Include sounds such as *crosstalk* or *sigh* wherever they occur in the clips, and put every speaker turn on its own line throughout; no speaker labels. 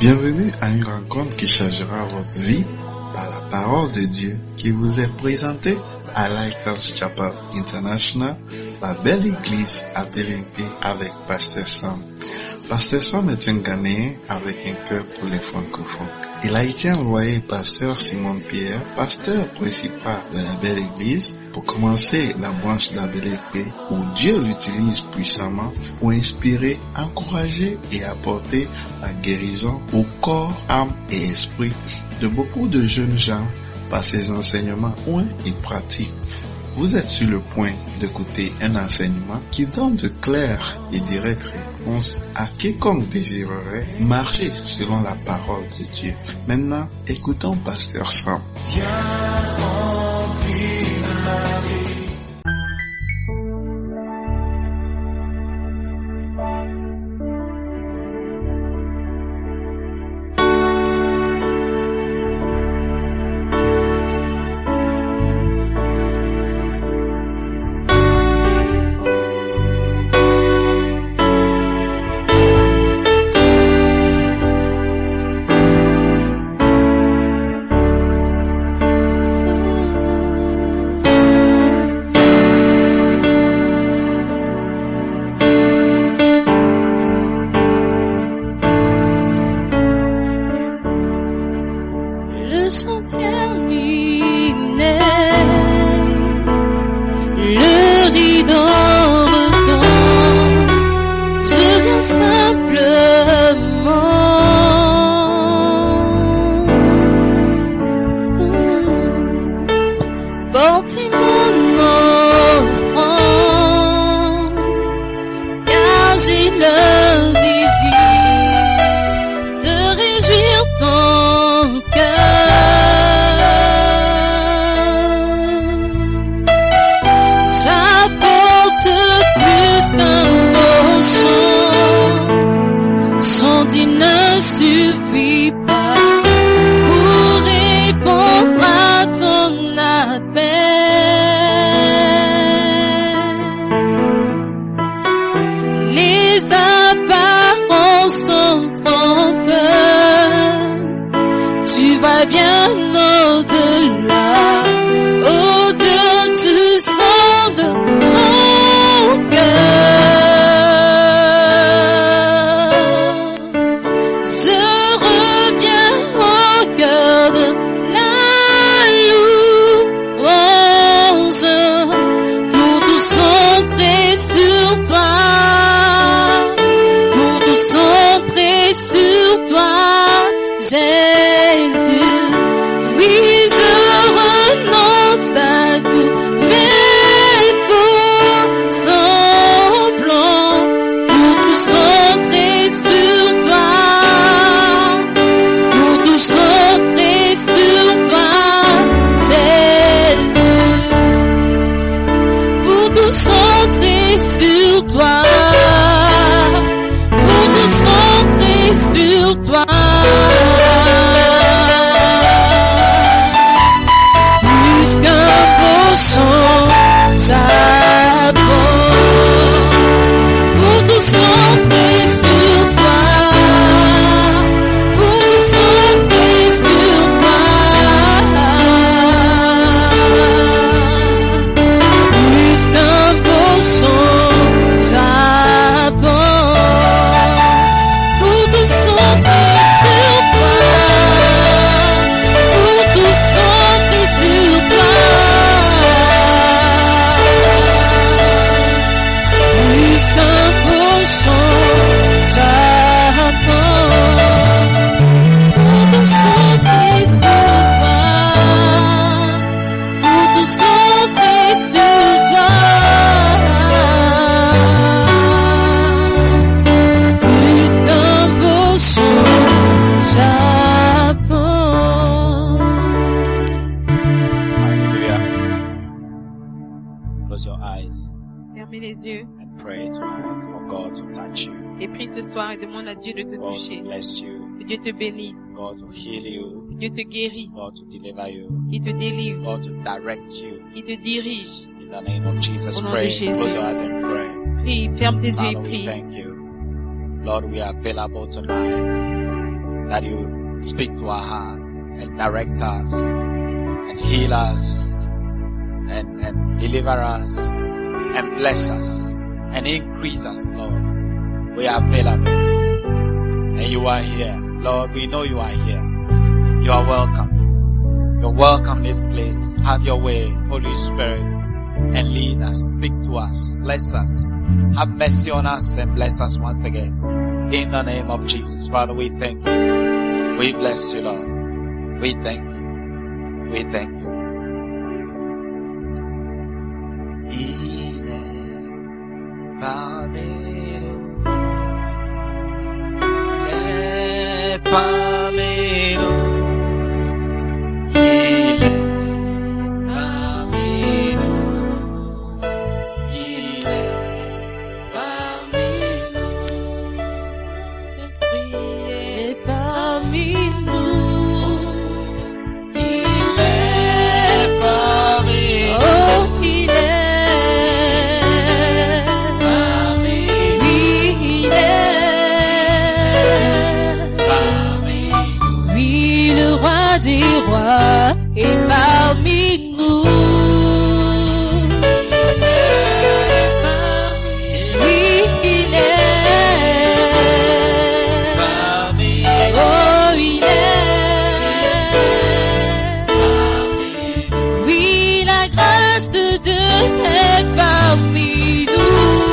Bienvenue à une rencontre qui changera votre vie par la parole de Dieu qui vous est présentée à Lighthouse Chapel International, la belle église à Bélimpi avec Pasteur Sam. Pasteur Sam est un Ghanéen avec un cœur pour les francophones. Il a été envoyé par Sœur Simon Pierre, pasteur principal de la belle église, pour commencer la branche de la belle église où Dieu l'utilise puissamment pour inspirer, encourager et apporter la guérison au corps, âme et esprit de beaucoup de jeunes gens par ses enseignements ou et pratiques. Vous êtes sur le point d'écouter un enseignement qui donne de claires et directes réponses à quiconque désirerait marcher selon la parole de Dieu. Maintenant, écoutons Pasteur Sam.
Le sont terminés, le rideau retombe, je viens simplement mm, porter mon enfant, car j'ai le désir de réjouir ton cœur. J'apporte plus qu'un bon chant, son dit ne suffit pas pour répondre à ton appel. Les apparences sont trompeuses. Tu vas bien au-delà, au-dessus de mon cœur. Je reviens au cœur de la louange pour tout centrer sur toi, pour tout centrer sur toi, Jésus. Oui, je renonce à tous mes faux semblants pour tout centrer sur toi, pour tout centrer sur toi, Jésus pour tout centrer sur toi, pour tout centrer sur toi. Plus qu'un beau chant, j'aborde, pour tout centrer sur toi, pour tout centrer sur toi. Plus qu'un beau son, j'aborde pour tout centrer sur toi, pour tout centrer sur toi. Plus qu'un beau son, j'aborde pour tout centrer sur toi pour tout centrer sur toi. Plus qu'un beau chant, j'apprends.
Hallelujah. Close your eyes
Fermez les yeux
and pray tonight for God to touch you.
et prie ce soir et demande à Dieu de te
God to
toucher.
bless you.
Que Dieu te bénisse,
God to heal you.
que Dieu te guérisse,
God to deliver you.
qu'il te délivre,
God to direct you.
qu'il te dirige.
In the name of Jesus,
Au nom de
pray.
Jésus.
Close your eyes and pray.
Prie, ferme tes yeux et
Father, we
prie.
thank you. Lord, we are available tonight.
that you speak to our hearts and direct us and heal us and, and deliver us and bless us and increase us, Lord. We are available and you are here. Lord, we know you are here. You are welcome. You're welcome this place. Have your way, Holy Spirit, and lead us, speak to us, bless us. Have mercy on us and bless us once again. In the name of Jesus, Father, we thank you. We bless you, Lord. We thank you. We thank you. Il est parmi nous. Il est parmi nous. Il est parmi nous. Il est parmi
Et parmi
nous.
nous, il est Oh, il est Oui, il est Oui, le roi des rois est parmi nous. Oui, il est Oh, il est Oui, la grâce de Dieu est parmi nous.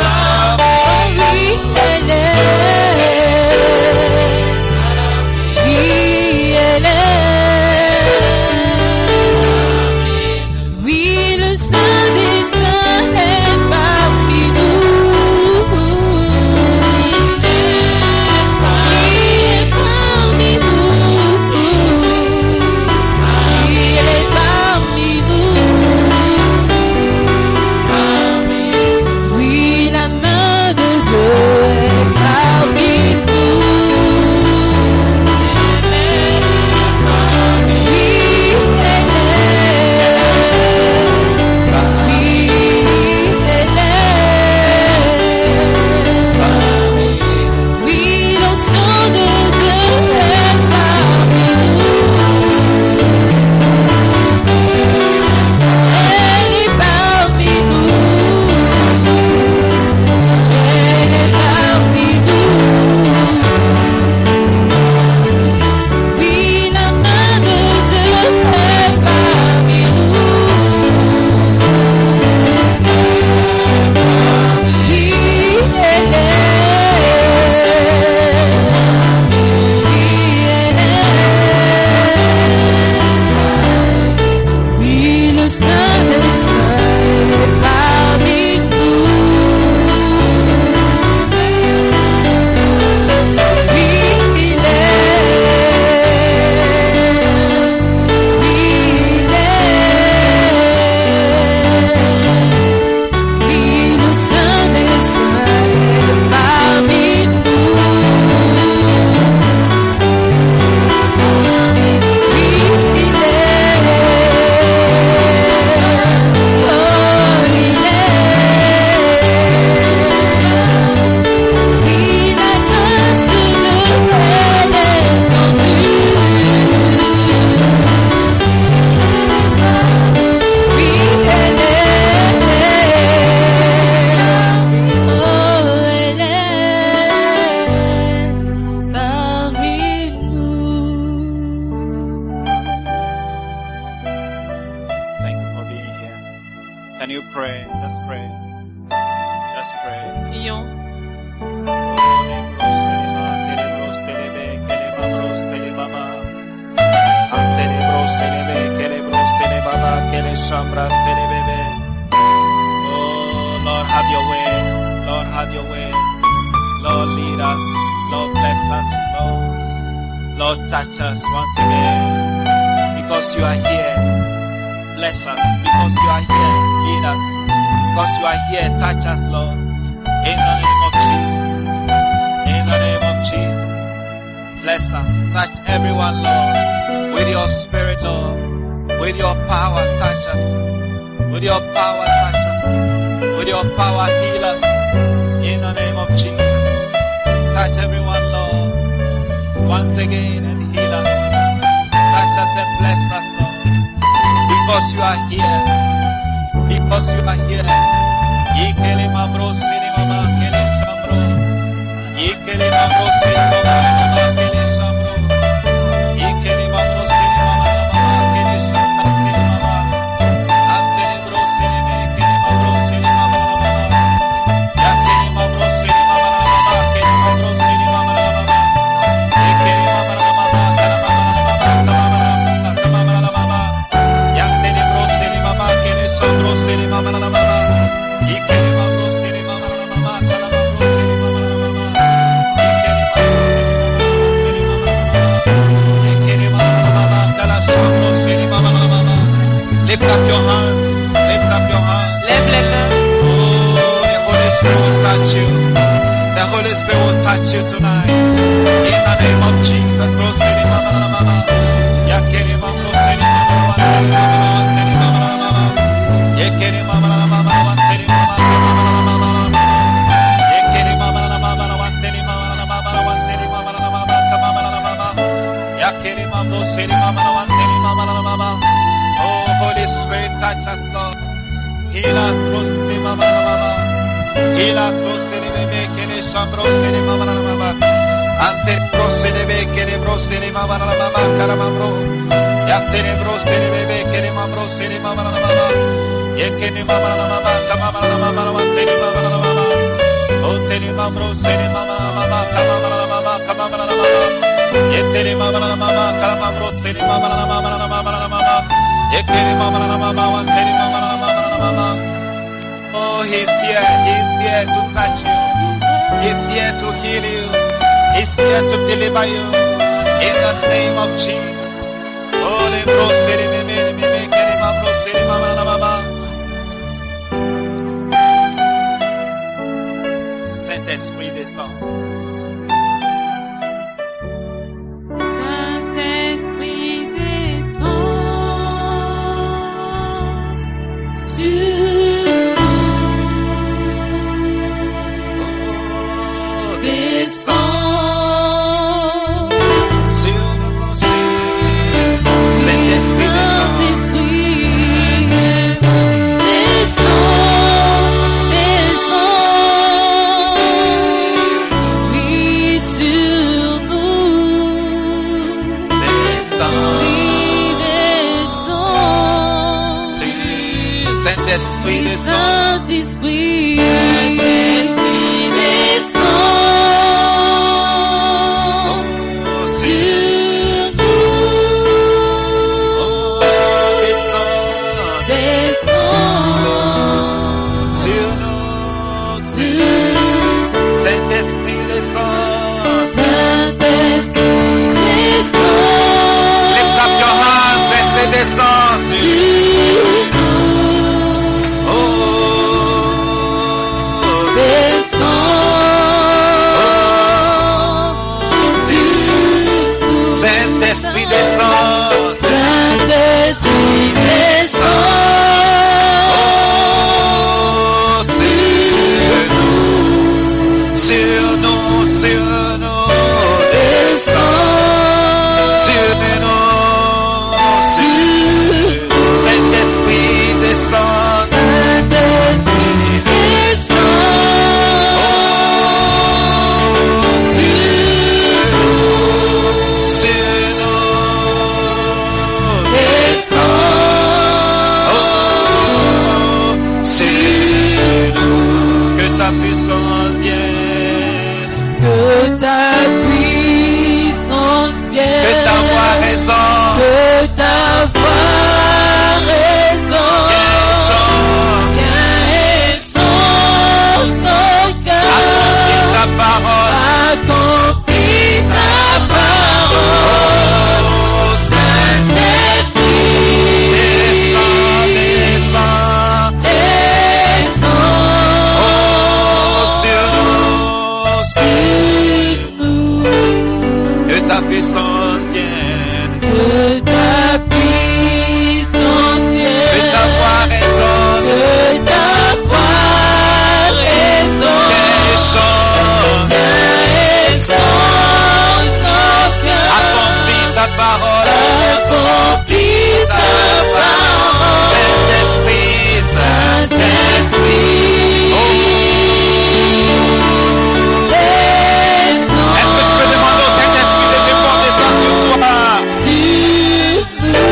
Oh oui, elle est. Oui, elle est. Oui, le Saint des Saints est parmi nous. Il est parmi nous. Il est parmi nous. Oui, la main de Dieu est parmi nous. Oui, elle est. Oui, elle est. Oui, l'onction de Dieu est parmi nous. Elle est parmi nous. Elle est parmi nous. Oui, la main de Dieu est parmi nous. Oui, elle est. Oui, elle est. Oui, le Saint des Saints est parmi nous. Oui, il est. Oui, il est. Oui, le Saint des Saints est parmi nous. Oui, il est. Oh, il est. Oui, la grâce de Dieu est descendue. Oui, elle est. Oh, elle est parmi nous.
Thank you for being here. Can you pray? Let's pray. Let's pray.
Prions.
Oh Lord, have your way. Lord, have your way. Lord, lead us. Lord, bless us. Lord, Lord, touch us once again. Because you are here. Bless us. Because you are here. Lead us. Because you are here. Touch us, Lord. In the name of Jesus. In the name of Jesus. Bless us. Touch everyone, Lord. With your spirit, Lord. With your power, touch us. With your power, touch us. With your power, heal us. In the name of Jesus. Touch everyone, Lord. Once again and heal us. Touch us and bless us, Lord. Because you are here. Because you are here. Ikele mabro sini mama kele shambro. Ikele mabro sini mama mama kele shambro. Ikele mabro sini mama mama kele shambro sini mama. Antele bro sini Ah, me kele mabro sini mama mama mama. Lift up your hands, lift up your hands.
Lève les mains.
Oh, the Holy Spirit will touch you. The Holy Spirit will touch you tonight. In the name of Jesus. Rosini mama la mama. Yakeli mama rosini mama la wanteni mama la wanteni mama la mama. Yekeli mama la mama la wanteni mama la mama la mama la mama. Yekeli mama la mama la wanteni mama la mama la wanteni mama la mama la mama la mama. Yakeli mama rosini mama la wanteni mama la mama. Oh, Holy Spirit, touch us, Lord. Heal us, Rosini mama la mama. Hilas prosene bebe kene şambrosene mamana mama. Ante prosene be kene prosene mamana mama karamamro. Yatene prosene bebe kene mambrosene mamana mama. Yekene mamana mama kamamana mama mantene mamana mama. Otene mambrosene mamana mama kamamana mama kamamana mama. Yetene mamana mama karamamrosene mamana mamana mamana mama. Yekene mamana mama wantene mamana mamana mama. Oh, he's here. He's here to touch you. He's here to heal you. He's here to deliver you. In the name of Jesus. Oh, Holy Rosary, me, me, me, me, kere ma, Rosary, ma, ma, la, ma, ma. Saint-Esprit descend.
Saint-Esprit descend.
Sur
Oh,
descend,
sur nous, Rosary. Saint-Esprit descend.
Saint-Esprit descend, descend, oui sur nous,
Descend.
oui descend,
Sur- Saint-Esprit descend.
Saint-Esprit descend.
Oh,
Sur
sur-
nous,
descend.
descend,
Sur nous,
sur
sur- Saint-Esprit descend.
Saint-Esprit,
Lift up your hands
descend,
and say descend. Sur-
sur nous,
Oh,
descend, sur nous,
Saint-Esprit descend.
Saint-Esprit, descend.
Santa Espírita, Est-ce que tu peux demander au Saint-Esprit de déborder ça sur toi
Sur nous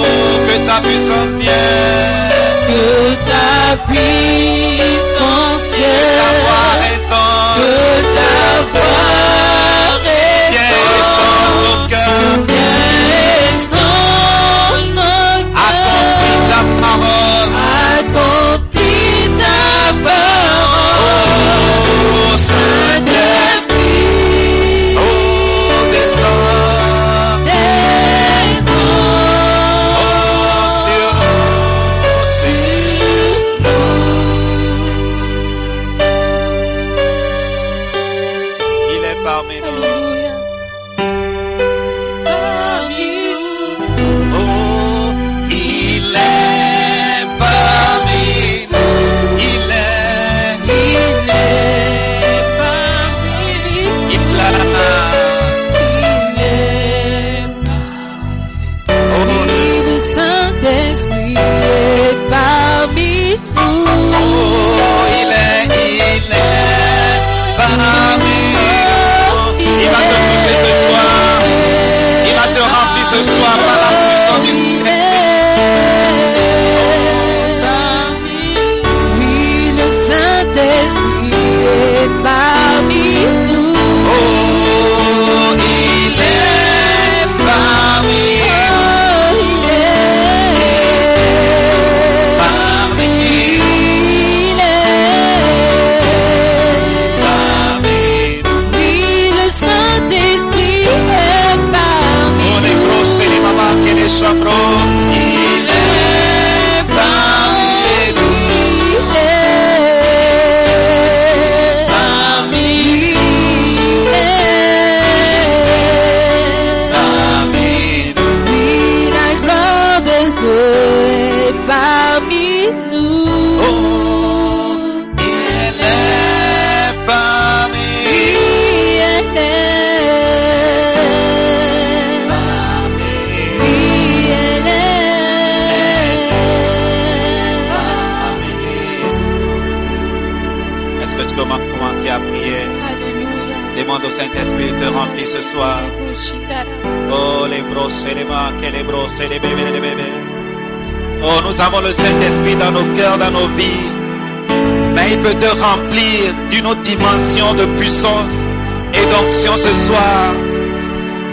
Oh, que ta puissance vienne,
que ta puissance
ta voix
vienne,
résonne,
que ta voix
viens et
résonne,
change nos cœurs.
bien sans nos
Accomplis
cœurs,
ta parole,
accomplis ta parole,
oh Saint-Esprit, oh descends
descends
sur nous, sur nous.
sur nous.
Il est parmi nous.
Alléluia. Parmi nous,
Oh, il est parmi nous. Il est,
il est parmi nous,
il l'a.
il est
Oh,
parmi nous. Le Saint-Esprit est parmi nous.
oh, il est, il est parmi nous. Il va te toucher ce soir. Il va te remplir ce soir par la puissance du
Il
Saint-Esprit.
est parmi nous. Oui, le Saint-Esprit est parmi nous.
Oh, il est parmi nous. Parmi nous. Parmi nous. On est grosse, les mamans qui les chaperons. Il est parmi nous. Parmi
Parmi
nous.
nous,
Oh, il est parmi nous.
il est.
Est-ce que tu peux commencer à prier? Demande au Saint-Esprit de te remplir ce soir. Oh, les brosses, les marques, les brosses, les bébés, les bébés. Oh, nous avons le Saint-Esprit dans nos cœurs, dans nos vies. Mais il peut te remplir d'une autre dimension de puissance et d'onction ce soir.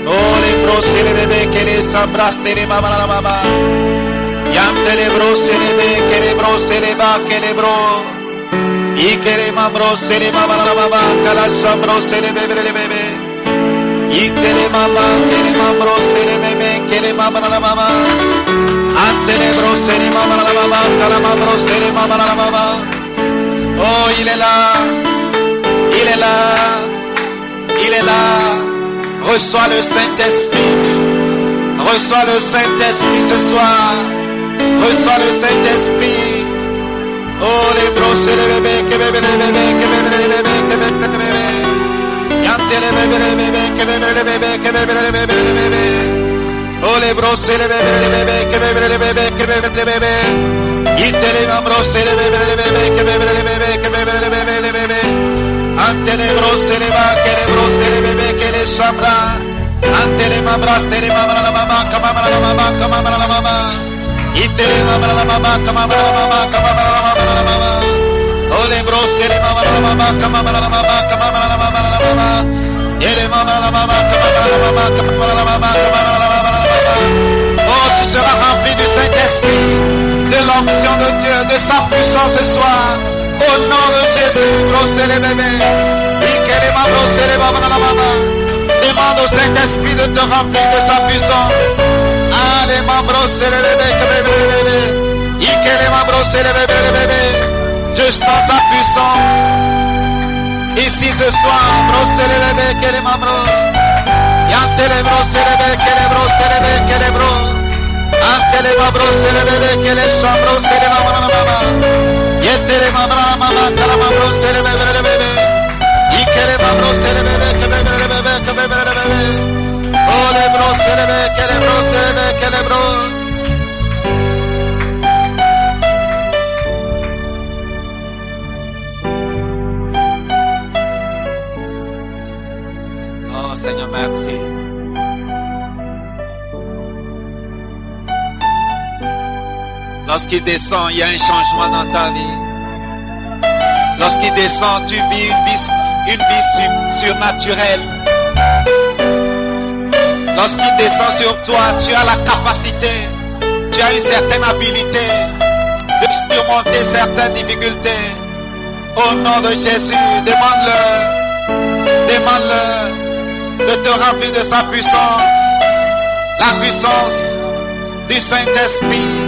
Oh, les brosses, les bébés, que les embrasse, les mamas, la mama. Yante les brosses, les bébés, que les brosses, les bas, que les bros. Y que les mambros, les mamas, la mama, que las ambros, les bébés, les bébés. Y que les mamas, que les mambros, les bébés, que les mamas, la mama. Antenebro, sere, mama, la, mama, calamabro, sere, mama, la, mama. Oh, il est là, il est là, il est là. Reçois le Saint-Esprit, reçois le Saint-Esprit ce soir, reçois le Saint-Esprit. Oh, les brosses, les bébés, que bébé, les bébés, que bébé, les bébés, que bébé, les bébés. Yante, les bébés, les bébés, que bébé, les bébés, que bébé, les bébés, les bébés. Oh le brosse le bebe le bebe che bebe le bebe che bebe le bebe Gitte le va brosse le bebe le bebe che bebe le bebe che bebe le bebe le bebe Ante le brosse le va che le brosse le bebe che le saprà Ante le ma braste le mamma la mamma ca mamma la mamma ca mamma la mamma Gitte le mamma la mamma ca mamma la mamma ca mamma la mamma la mamma Oh le brosse le mamma la mamma ca mamma la mamma ca mamma la mamma la mamma Ele mama la mama, kamama la mama, kamama la mama, kamama la mama, la mama. Oh, tu seras rempli du Saint-Esprit, de l'onction de Dieu, de sa puissance ce soir. Au nom de Jésus, brossez les bébés. Piquez les mains, brossez les mamas, la mama. Demande au Saint-Esprit de te remplir de sa puissance. Ah, les mains, brossez les bébés, que bébé, les bébés. Piquez les mains, brossez les bébés, les bébés. Je sens sa puissance. Ici ce soir, brosse les bébés, que les mambros. Yante les brosse les bébés, que les brosse les bébés, que les bros. Ante les mambros, les bébés, que les chambros, les mamans, la maman. Yente les mamans, la maman, que la mambros, les bébés, les bébés. Y que les mambros, les bébés, que bébé, les bébés, que bébé, les bébés. Oh les brosse les bébés, que les brosse les bébés, que les bros. Oh, Lorsqu'il descend, il y a un changement dans ta vie. Lorsqu'il descend, tu vis une vie, une vie sur, surnaturelle. Lorsqu'il descend sur toi, tu as la capacité, tu as une certaine habilité de surmonter certaines difficultés. Au nom de Jésus, demande-le, demande-le de te remplir de sa puissance, la puissance du Saint-Esprit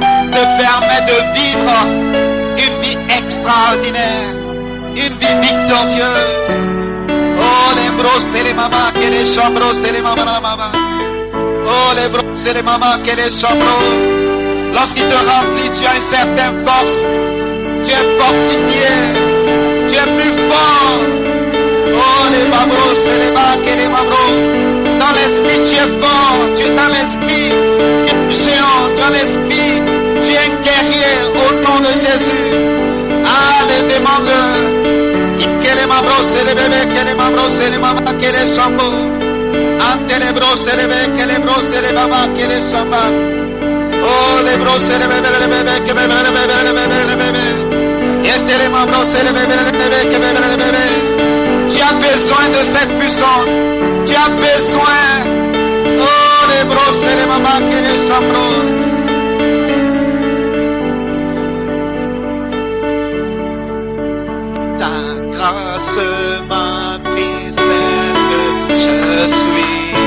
te permet de vivre une vie extraordinaire, une vie victorieuse. Oh les bros et les mamans, que les chambros et les mamans, maman. Oh les bros et les mamans, que les chambros. Lorsqu'il te remplit, tu as une certaine force. Tu es fortifié. Tu es plus fort. Oh les babros et les mamans, et les mamans. Dans l'esprit, tu es fort. Tu es dans l'esprit. Tu es géant. Dans l'esprit, tu es un guerrier au nom de Jésus. Allez, demande-le. Kele mabrose le bebe, kele mabrose le mama, kele shambo. Ante le brose le bebe, kele brose le baba, kele shamba. Oh le brose le bebe, le bebe, ke bebe, le bebe, le bebe, le bebe. Yete le mabrose le bebe, le bebe, ke bebe, le bebe. Tu as besoin de cette puissance. Tu as besoin. Oh le brose le mama, kele shambro. grâce m'attristelle, je suis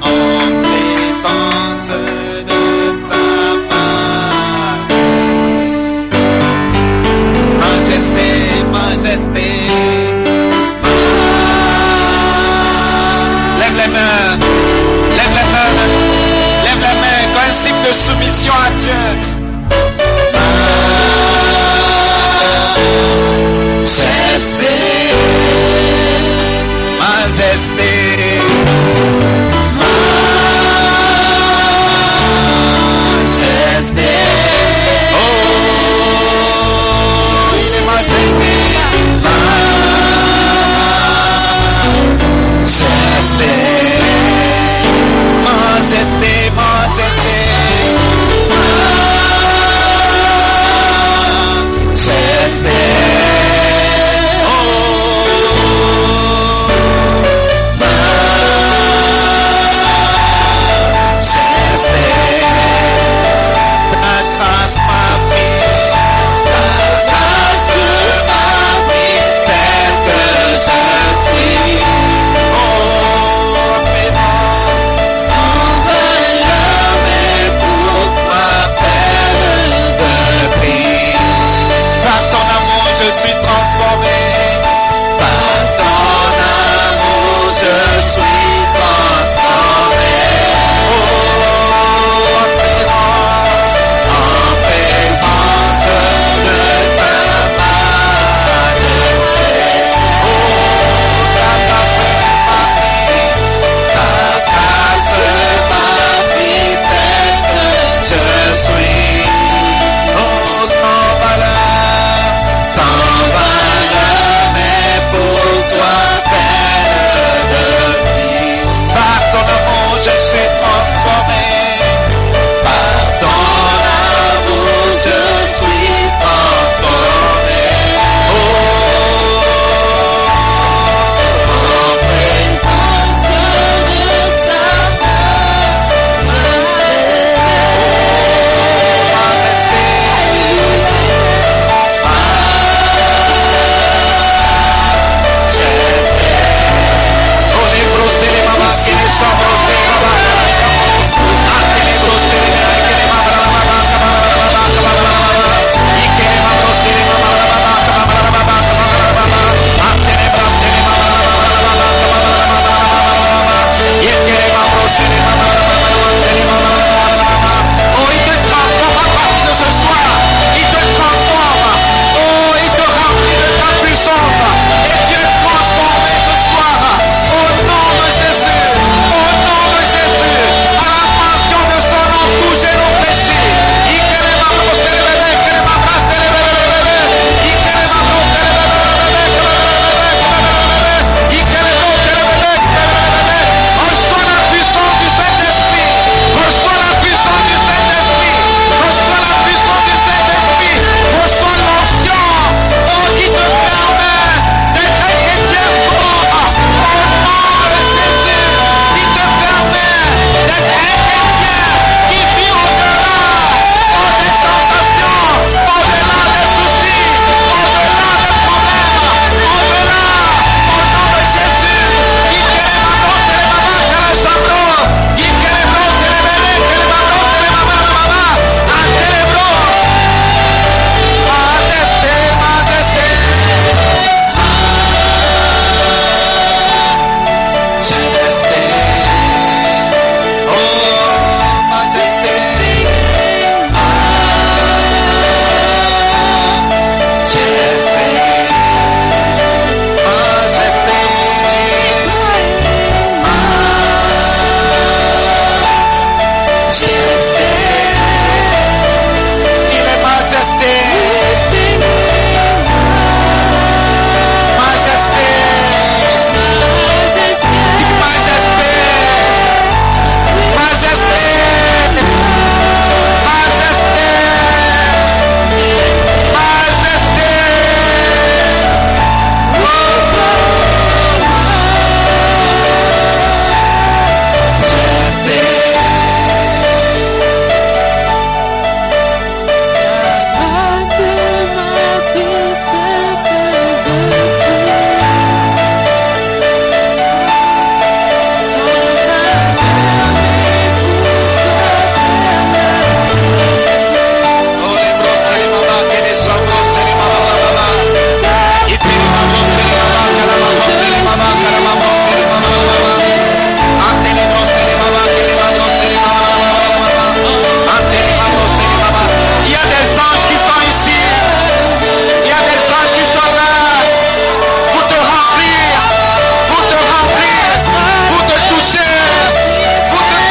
en présence de ta majesté. Majesté, majesté, Ah. lève les mains, lève les mains, lève les mains, comme un signe de soumission à Dieu. love. Oh. Oh,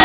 Oh,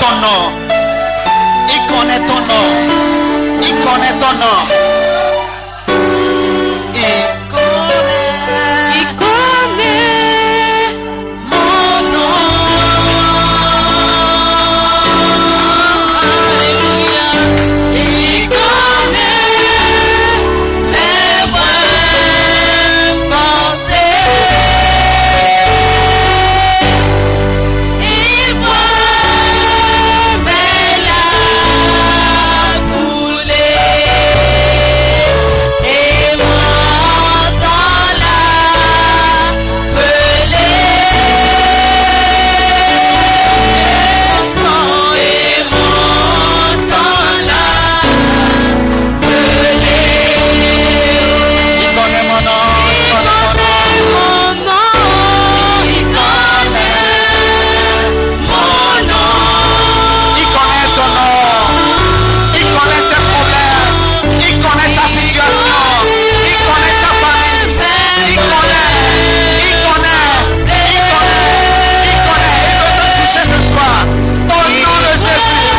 ton nom. Il connaît ton nom. Il connaît ton nom. Il connaît.
Il connaît mon nom. Alléluia. Il connaît mes vraies pensées. Il voit mes larmes couler et m'entend l'appeler. Quand il m'entend l'appeler.
Il connaît mon nom. Il connaît mon nom.
Mon nom, il connaît mon nom.
Il connaît ton nom. Il connaît tes problèmes. Il connaît ta situation. Il connaît ta famille. Il connaît. Il connaît. Il connaît. Il connaît. Il veut te toucher ce soir. Au nom de Jésus.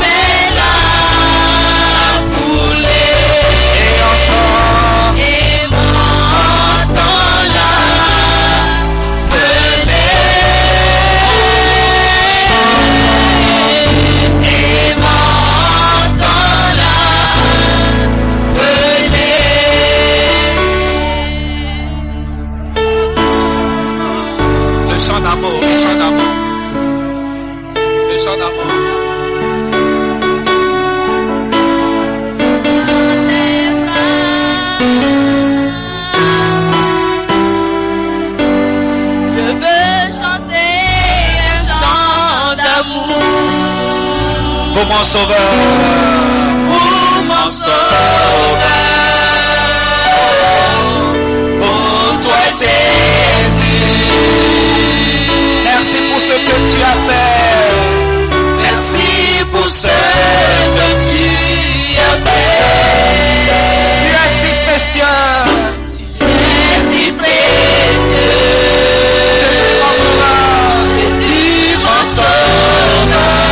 Mais la poulet
Et encore.
et m'entend la pelée et m'entend la pelée.
Le chant d'amour. Le chant d'amour. Le chant d'amour.
Je veux chanter un chant d'amour
Pour mon sauveur.
pour mon sauveur.
Pour Oh, toi, Jésus. Merci pour ce que tu as fait. Merci pour ce que tu as fait. Tu es si précieux.
Merci précieux,
Jésus, mon sauveur.
tu mon sauveur.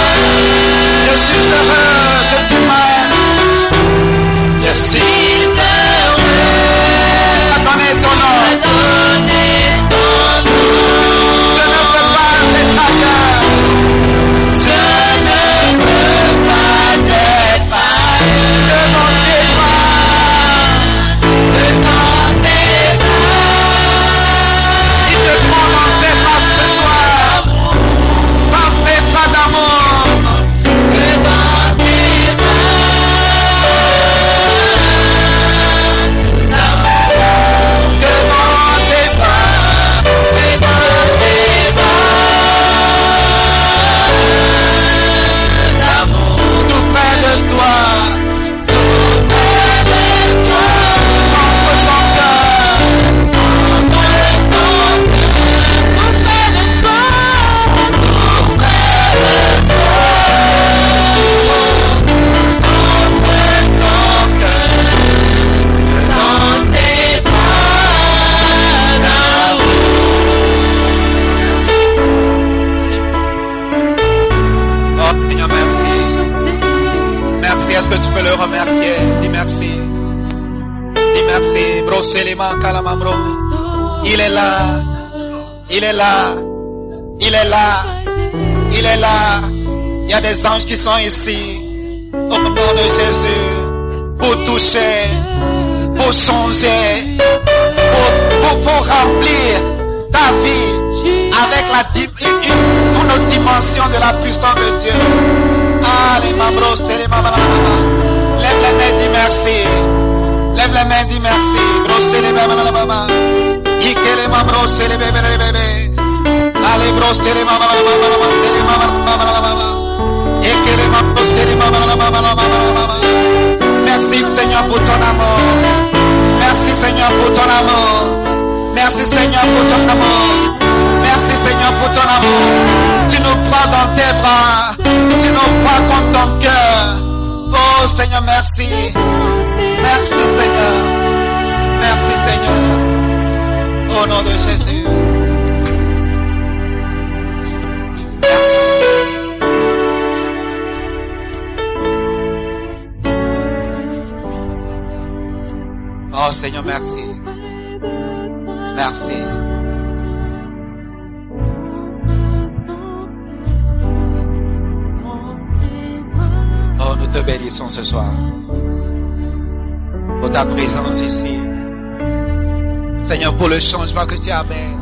Je suis heureux que tu m'aimes. Je suis
heureux
à donner
à
ton nom.
donner ton nom.
Je ne veux pas être ailleurs
Je ne peux pas être ailleurs
que dans tes bras.
que dans tes bras.
Il te prend dans ses bras ce soir. Ça fait pas d'amour.
Que dans tes bras.
Que dans tes bras. Que dans tes bras. L'amour tout près de toi. Tout près de toi. Entre ton cœur.
Dans tes bras d'amour
Oh Seigneur, merci. Merci, est-ce que tu peux le remercier? Dis merci. Dis merci. Brossez les mains, calamambro. Il est là. Il est là. Il est là. Il est là. Il y a des anges qui sont ici. Au nom de Jésus. Pour toucher. Pour changer. Pour, pour, pour remplir ta vie avec la, di- une, une- une autre dimension de la puissance de Dieu. Allez, mambros, les mamalababa. Lève les mains, dis merci. Lève les mains, dis merci. Brossez les mamalababa. Ike les mambros, les bébés, les bébés. Allez, brossez les mamalababa, les mamalababa. Ike les mambros, les mamalababa. Merci, Seigneur, pour ton amour. Merci, Seigneur, pour ton amour. Merci, Seigneur, pour ton amour. Merci, Seigneur, pour ton amour. Tu nous prends dans tes bras. Tu nous prends contre ton cœur. Oh, Seigneur, merci. Merci, Seigneur. Merci, Seigneur. Au nom de Jésus. Merci. Oh Seigneur, merci. Merci. Oh, nous te bénissons ce soir. Pour ta présence ici. Seigneur, pour le changement que tu amènes.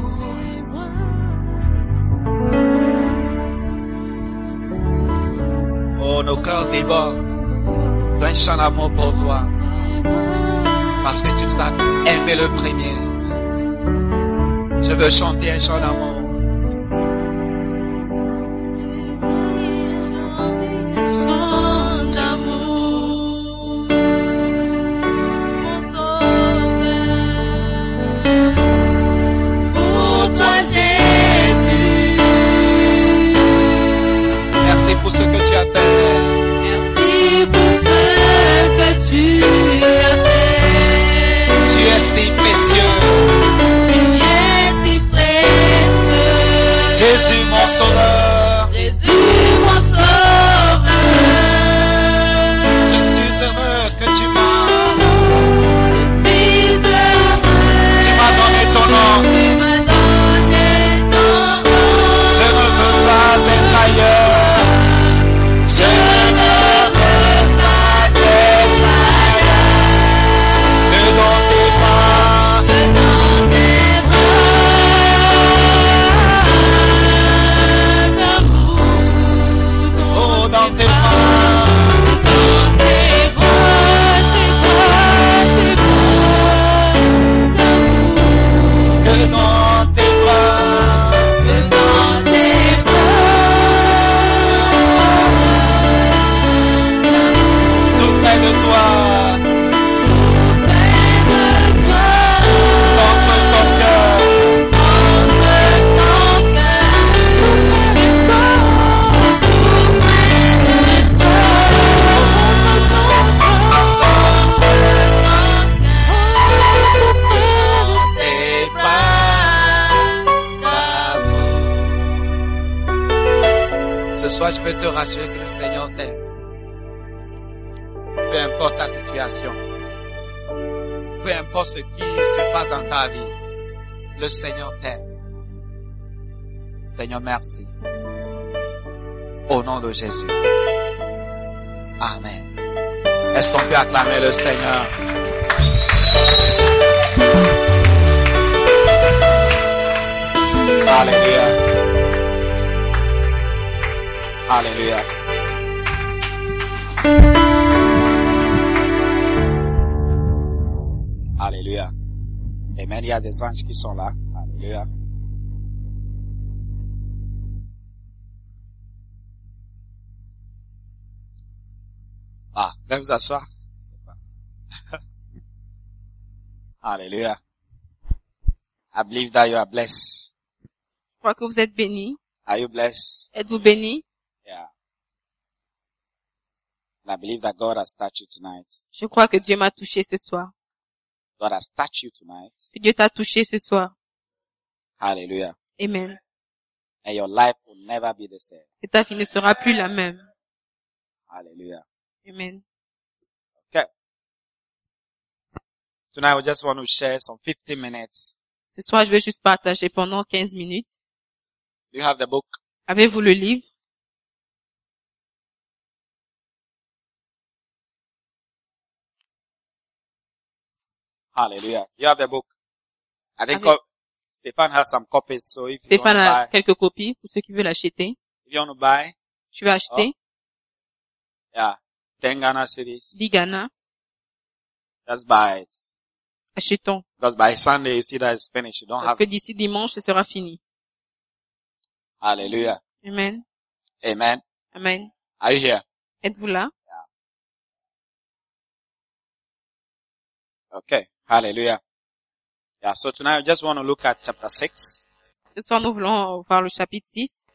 Oh, nos cœurs débordent d'un chant d'amour pour toi. Parce que tu nous as aimé le premier. Je veux chanter un chant d'amour. Merci pour ce que tu as fait. Tu es si précieux. Jésus, mon sauveur. Je suis heureux que tu m'as. Tu m'as donné ton nom. Je ne veux pas être ailleurs. Je ne veux pas être ailleurs. Ne donne pas. Oh, dans tes mains, que dans tes mains, tout près de toi, contre ton cœur, tes mains. Ce soir, je peux te rassurer que le Seigneur t'aime. Peu importe ta situation, peu importe ce qui se passe dans ta vie, le Seigneur t'aime. Seigneur, merci. Au nom de Jésus. Amen. Est-ce qu'on peut acclamer le Seigneur? Alléluia. Alléluia. Alléluia. Amen. Il y a des anges qui sont là. Alléluia. Ah, venez vous asseoir. *laughs* C'est pas- Alléluia. I believe that you are blessed.
Je crois que vous êtes bénis.
Are you blessed?
Êtes-vous bénis?
Yeah. And I believe that God has touched you tonight.
Je crois que Dieu m'a touché ce soir.
God has touched you tonight.
Que Dieu t'a touché ce soir.
Hallelujah.
Amen.
And your life will never be the same.
Et ta vie ne sera plus la même.
Hallelujah.
Amen.
Tonight we just want to share some 15 minutes.
Ce soir, je vais juste partager pendant 15 minutes.
Do you have the book?
Avez-vous le livre?
Hallelujah. You have the book. I think
Amen.
co- Stefan has some copies, so if you want
Stéphane
to buy,
a quelques copies pour ceux qui veulent acheter.
if you want to buy,
Tu vas acheter
yeah, 10 Ghana cities,
10 Ghana.
just buy it.
Achetons.
Because by Sunday you see that it's finished. You don't
Parce
have
que d'ici dimanche, ce sera fini.
Hallelujah.
Amen.
Amen.
Amen.
Are you here?
Êtes-vous là?
Okay. Hallelujah. Yeah, so tonight we just want to look at chapter 6.
Ce soir, nous voulons voir le chapitre 6.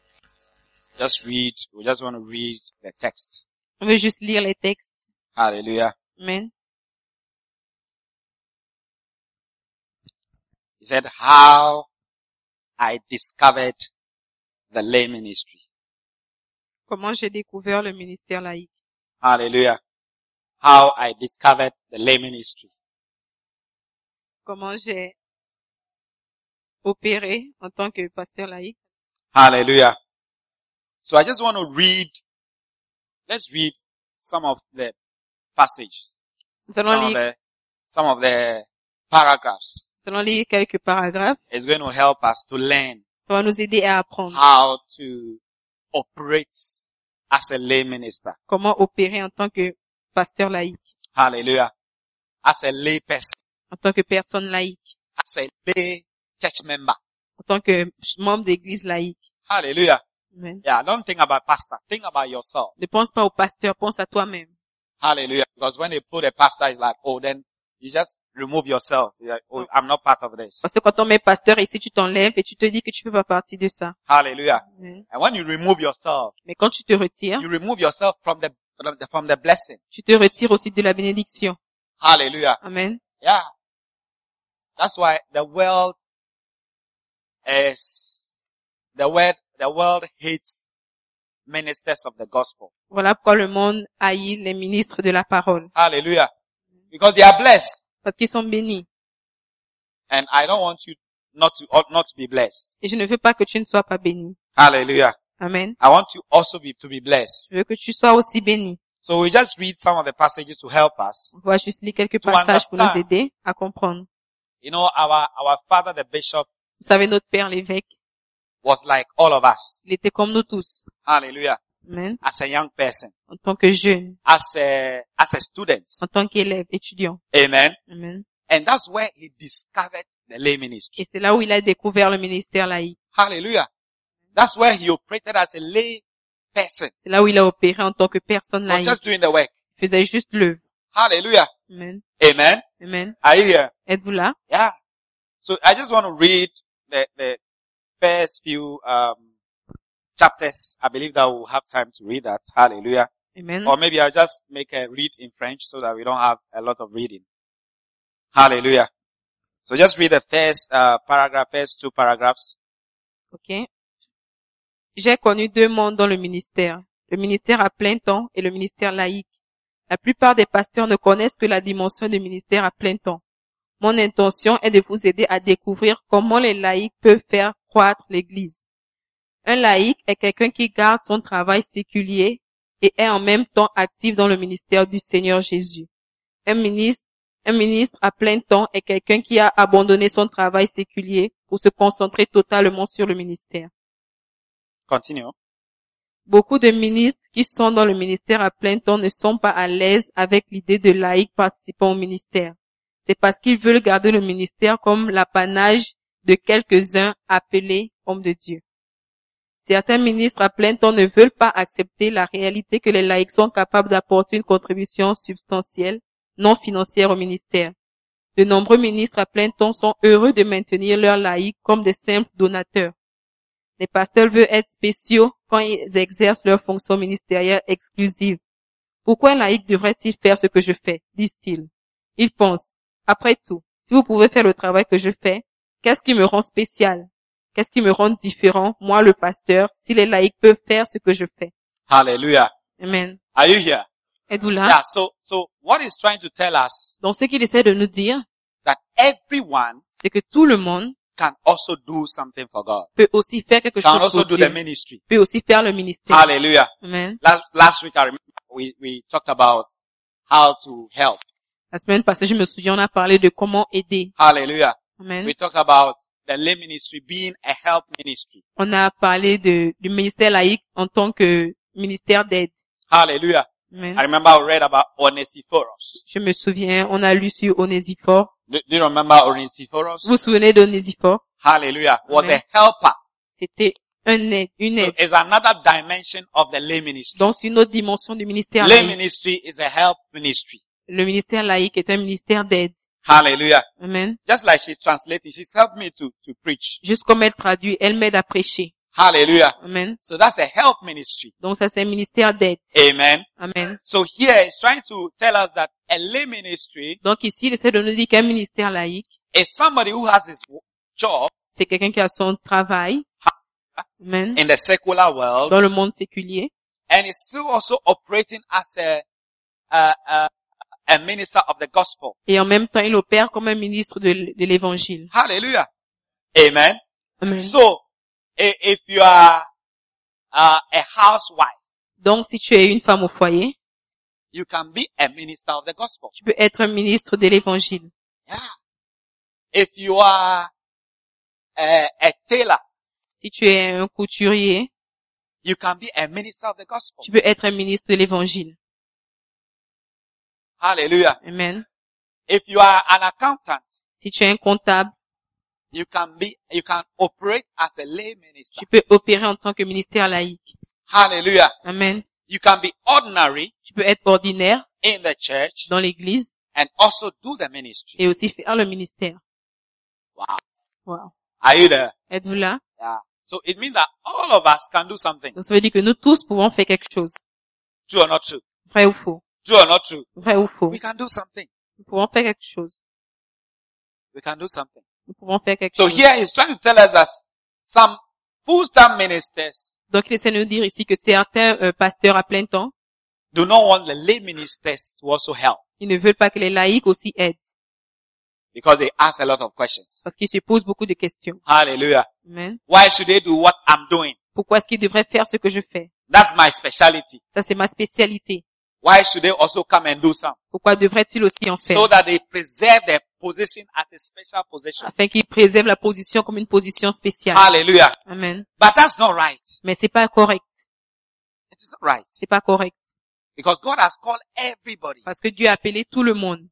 Just read, we just want to read the text.
On veut juste lire les textes.
Hallelujah.
Amen.
He said, how I discovered the lay ministry.
Comment j'ai découvert le ministère laïque.
Hallelujah. How I discovered the lay ministry.
comment j'ai opéré en tant que pasteur laïque.
Hallelujah. So I just want to read, let's read some of the passages,
Nous
some
allons
of
lire,
the, some of the paragraphs.
nous allons lire quelques paragraphes.
It's going to help us to learn
Ça va nous aider à apprendre
how to operate as a lay minister.
comment opérer en tant que pasteur laïque,
Hallelujah. As a lay person,
en tant que personne laïque,
as a lay church member.
en tant que membre d'église laïque.
Hallelujah.
Amen.
Yeah, don't think about pastor. Think about yourself.
Ne pense pas au pasteur, pense à toi-même.
Hallelujah. Because when they put a pastor, it's like, oh, then you just remove yourself. You're like, oh, I'm not part of this.
Parce que quand on met pasteur ici, tu t'enlèves et tu te dis que tu ne fais pas partie de ça.
Hallelujah.
Amen.
And when you remove yourself,
Mais quand tu te retires,
you remove yourself from the, from the, from the blessing.
tu te retires aussi de la bénédiction.
Hallelujah.
Amen.
Yeah. That's why the world is, the word, the world hates ministers of the gospel.
Voilà pourquoi le monde haït les ministres de la parole.
Hallelujah. Because they are blessed.
Parce qu'ils sont bénis.
And I don't want you not to, or not to be blessed.
Et je ne veux pas que tu ne sois pas béni.
Hallelujah.
Amen.
I want you also be, to be blessed.
Je veux que tu sois aussi béni.
So we just read some of the passages to help us.
On va juste lire quelques
To
passages pour nous
understand.
aider à comprendre.
You know, our, our father, the bishop,
Vous savez, notre Père l'évêque,
was like all of us.
il était comme nous tous.
Hallelujah.
Amen.
As a young person,
En tant que jeune,
as a, as a student.
en tant qu'élève, étudiant.
Amen.
Amen.
And that's where he discovered the lay ministry.
Et c'est là où il a découvert le ministère laïque.
Hallelujah. That's where he operated as a lay person.
C'est là où il a opéré en tant que personne
Not
laïque.
just doing the work.
Il faisait juste l'œuvre.
Hallelujah.
Amen.
Amen.
Amen.
Are you here?
Êtes-vous là?
Yeah. So I just want to read the, the first few, um, chapters. I believe that we'll have time to read that. Hallelujah.
Amen.
Or maybe I'll just make a read in French so that we don't have a lot of reading. Hallelujah. So just read the first, uh, paragraph, first two paragraphs.
Ok. J'ai connu deux mondes dans le ministère. Le ministère à plein temps et le ministère laïque. La plupart des pasteurs ne connaissent que la dimension du ministère à plein temps. Mon intention est de vous aider à découvrir comment les laïcs peuvent faire croître l'église. Un laïc est quelqu'un qui garde son travail séculier et est en même temps actif dans le ministère du Seigneur Jésus. Un ministre, un ministre à plein temps est quelqu'un qui a abandonné son travail séculier pour se concentrer totalement sur le ministère.
Continue.
Beaucoup de ministres qui sont dans le ministère à plein temps ne sont pas à l'aise avec l'idée de laïcs participant au ministère. C'est parce qu'ils veulent garder le ministère comme l'apanage de quelques-uns appelés hommes de Dieu. Certains ministres à plein temps ne veulent pas accepter la réalité que les laïcs sont capables d'apporter une contribution substantielle, non financière au ministère. De nombreux ministres à plein temps sont heureux de maintenir leurs laïcs comme des simples donateurs. Les pasteurs veulent être spéciaux quand ils exercent leur fonction ministérielle exclusive. Pourquoi un laïc devrait-il faire ce que je fais disent-ils. Ils pensent, après tout, si vous pouvez faire le travail que je fais, qu'est-ce qui me rend spécial Qu'est-ce qui me rend différent, moi le pasteur, si les laïcs peuvent faire ce que je fais
Hallelujah.
Amen.
Are you here?
Êtes-vous là
Yeah. So, so what he's trying to tell us
Donc ce qu'il essaie de nous dire,
that everyone
c'est que tout le monde
can also do something for God.
peut aussi faire quelque
Can
chose
also
pour
do
Dieu,
the ministry.
peut aussi faire le ministère.
Hallelujah.
Amen.
Last, last week I remember we, we talked about how to help.
La semaine passée, je me souviens, on a parlé de comment aider.
Hallelujah.
Amen.
We talked about the lay ministry being a help ministry.
on a parlé de, du ministère laïque en tant que ministère d'aide.
Hallelujah.
Amen.
I remember I read about Onesiphorus.
Je me souviens, on a lu sur Onésiphore.
Do, do you remember Onesiphorus?
Vous vous souvenez d'Onésiphore
Hallelujah. Was
Amen.
a helper.
C'était un aide, une
So
aide.
it's another dimension of the lay ministry.
Donc, c'est une autre dimension du ministère
Lay
laïque.
ministry is a help ministry.
Le ministère laïque est un ministère d'aide.
Hallelujah.
Amen.
Just like she's translating, she's helped me to, to preach.
Juste comme elle traduit, elle m'aide à prêcher.
Hallelujah.
Amen.
So that's a help ministry.
Donc, ça, c'est un ministère d'aide.
Amen.
Amen.
So here it's trying to tell us that a lay ministry
Donc, ici, il essaie de nous dire qu'un ministère laïque,
is somebody who has his job
c'est quelqu'un qui a son travail. Amen.
in the secular world
Dans le monde séculier.
and is still also operating as a, a, a, a minister of the gospel.
et en même temps il opère comme un ministre de, l- de l'évangile.
Hallelujah. Amen.
Amen.
So, i- if you are uh, a housewife,
Donc si tu es une femme au foyer,
you can be a minister of the gospel.
tu peux être un ministre de l'évangile.
Yeah. If you are a, a tailor,
Si tu es un couturier,
you can be a minister of the gospel.
tu peux être un ministre de l'évangile.
Hallelujah.
Amen.
If you are an accountant,
Si tu es un comptable,
you can be, you can operate as a lay minister.
tu peux opérer en tant que ministère laïque.
Hallelujah.
Amen.
You can be ordinary
Tu peux être ordinaire
in the church
dans l'église
and also do the ministry.
et aussi faire le ministère.
Wow.
Wow.
Are you there?
Êtes-vous là?
Yeah. So it means that all of us can do something.
Donc ça veut dire que nous tous pouvons faire quelque chose.
True or not true?
Vrai ou faux?
True or not true?
Vrai ou faux?
We can do something.
Nous pouvons faire quelque chose.
We can do something.
Nous pouvons faire quelque
So
chose.
here he's trying to tell us that some full-time ministers
Donc il essaie de nous dire ici que certains euh, pasteurs à plein temps,
do not want the lay ministers to also help
ils ne veulent pas que les laïcs aussi aident
because they ask a lot of questions.
parce qu'ils se posent beaucoup de questions.
Hallelujah.
Amen.
Why should they do what I'm doing?
Pourquoi est-ce qu'ils devraient faire ce que je fais?
That's my specialty.
Ça c'est ma spécialité.
Why should they also come and do some?
Pourquoi devraient-ils aussi en faire?
So that they preserve their position as a special position.
Afin qu'ils préservent la position comme une position spéciale.
Hallelujah.
Amen.
But that's not right.
Mais c'est pas correct.
It is not right.
C'est pas correct.
Because God has called everybody.
Parce que Dieu a appelé tout le monde.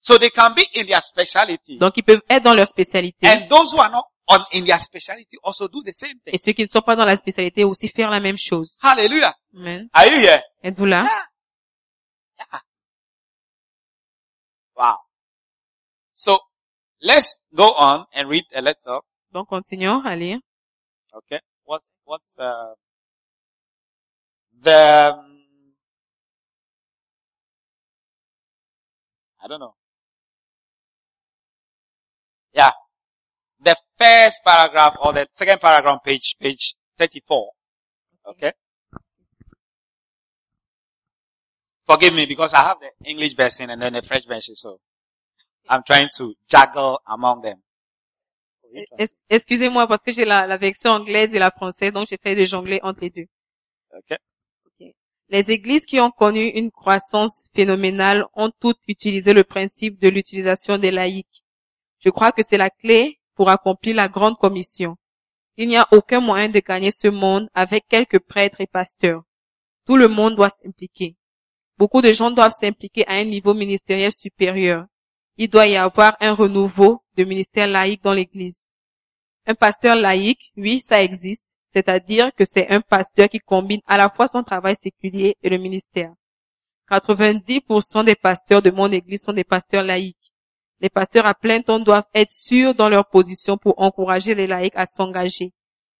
So they can be in their specialty.
Donc ils peuvent être dans leur spécialité.
And those who are not on in their specialty also do the same
Et
thing.
ceux qui ne sont pas dans la spécialité aussi faire la même chose.
Hallelujah.
Amen.
Are you here?
Êtes-vous là?
Yeah. Yeah. Wow. So let's go on and read a letter.
Donc continuons à lire.
Okay. What's what's uh, the um, I don't know. Yeah. The first paragraph or the second paragraph page page 34. Okay. Forgive me because I have the English version and then the French version so I'm trying to juggle among them.
Es- Excusez-moi parce que j'ai la, la version anglaise et la française, donc j'essaie de jongler entre les deux.
Okay.
Les églises qui ont connu une croissance phénoménale ont toutes utilisé le principe de l'utilisation des laïcs. Je crois que c'est la clé pour accomplir la grande commission. Il n'y a aucun moyen de gagner ce monde avec quelques prêtres et pasteurs. Tout le monde doit s'impliquer. Beaucoup de gens doivent s'impliquer à un niveau ministériel supérieur. Il doit y avoir un renouveau de ministère laïque dans l'Église. Un pasteur laïque, oui, ça existe, c'est-à-dire que c'est un pasteur qui combine à la fois son travail séculier et le ministère. 90% des pasteurs de mon Église sont des pasteurs laïques. Les pasteurs à plein temps doivent être sûrs dans leur position pour encourager les laïcs à s'engager.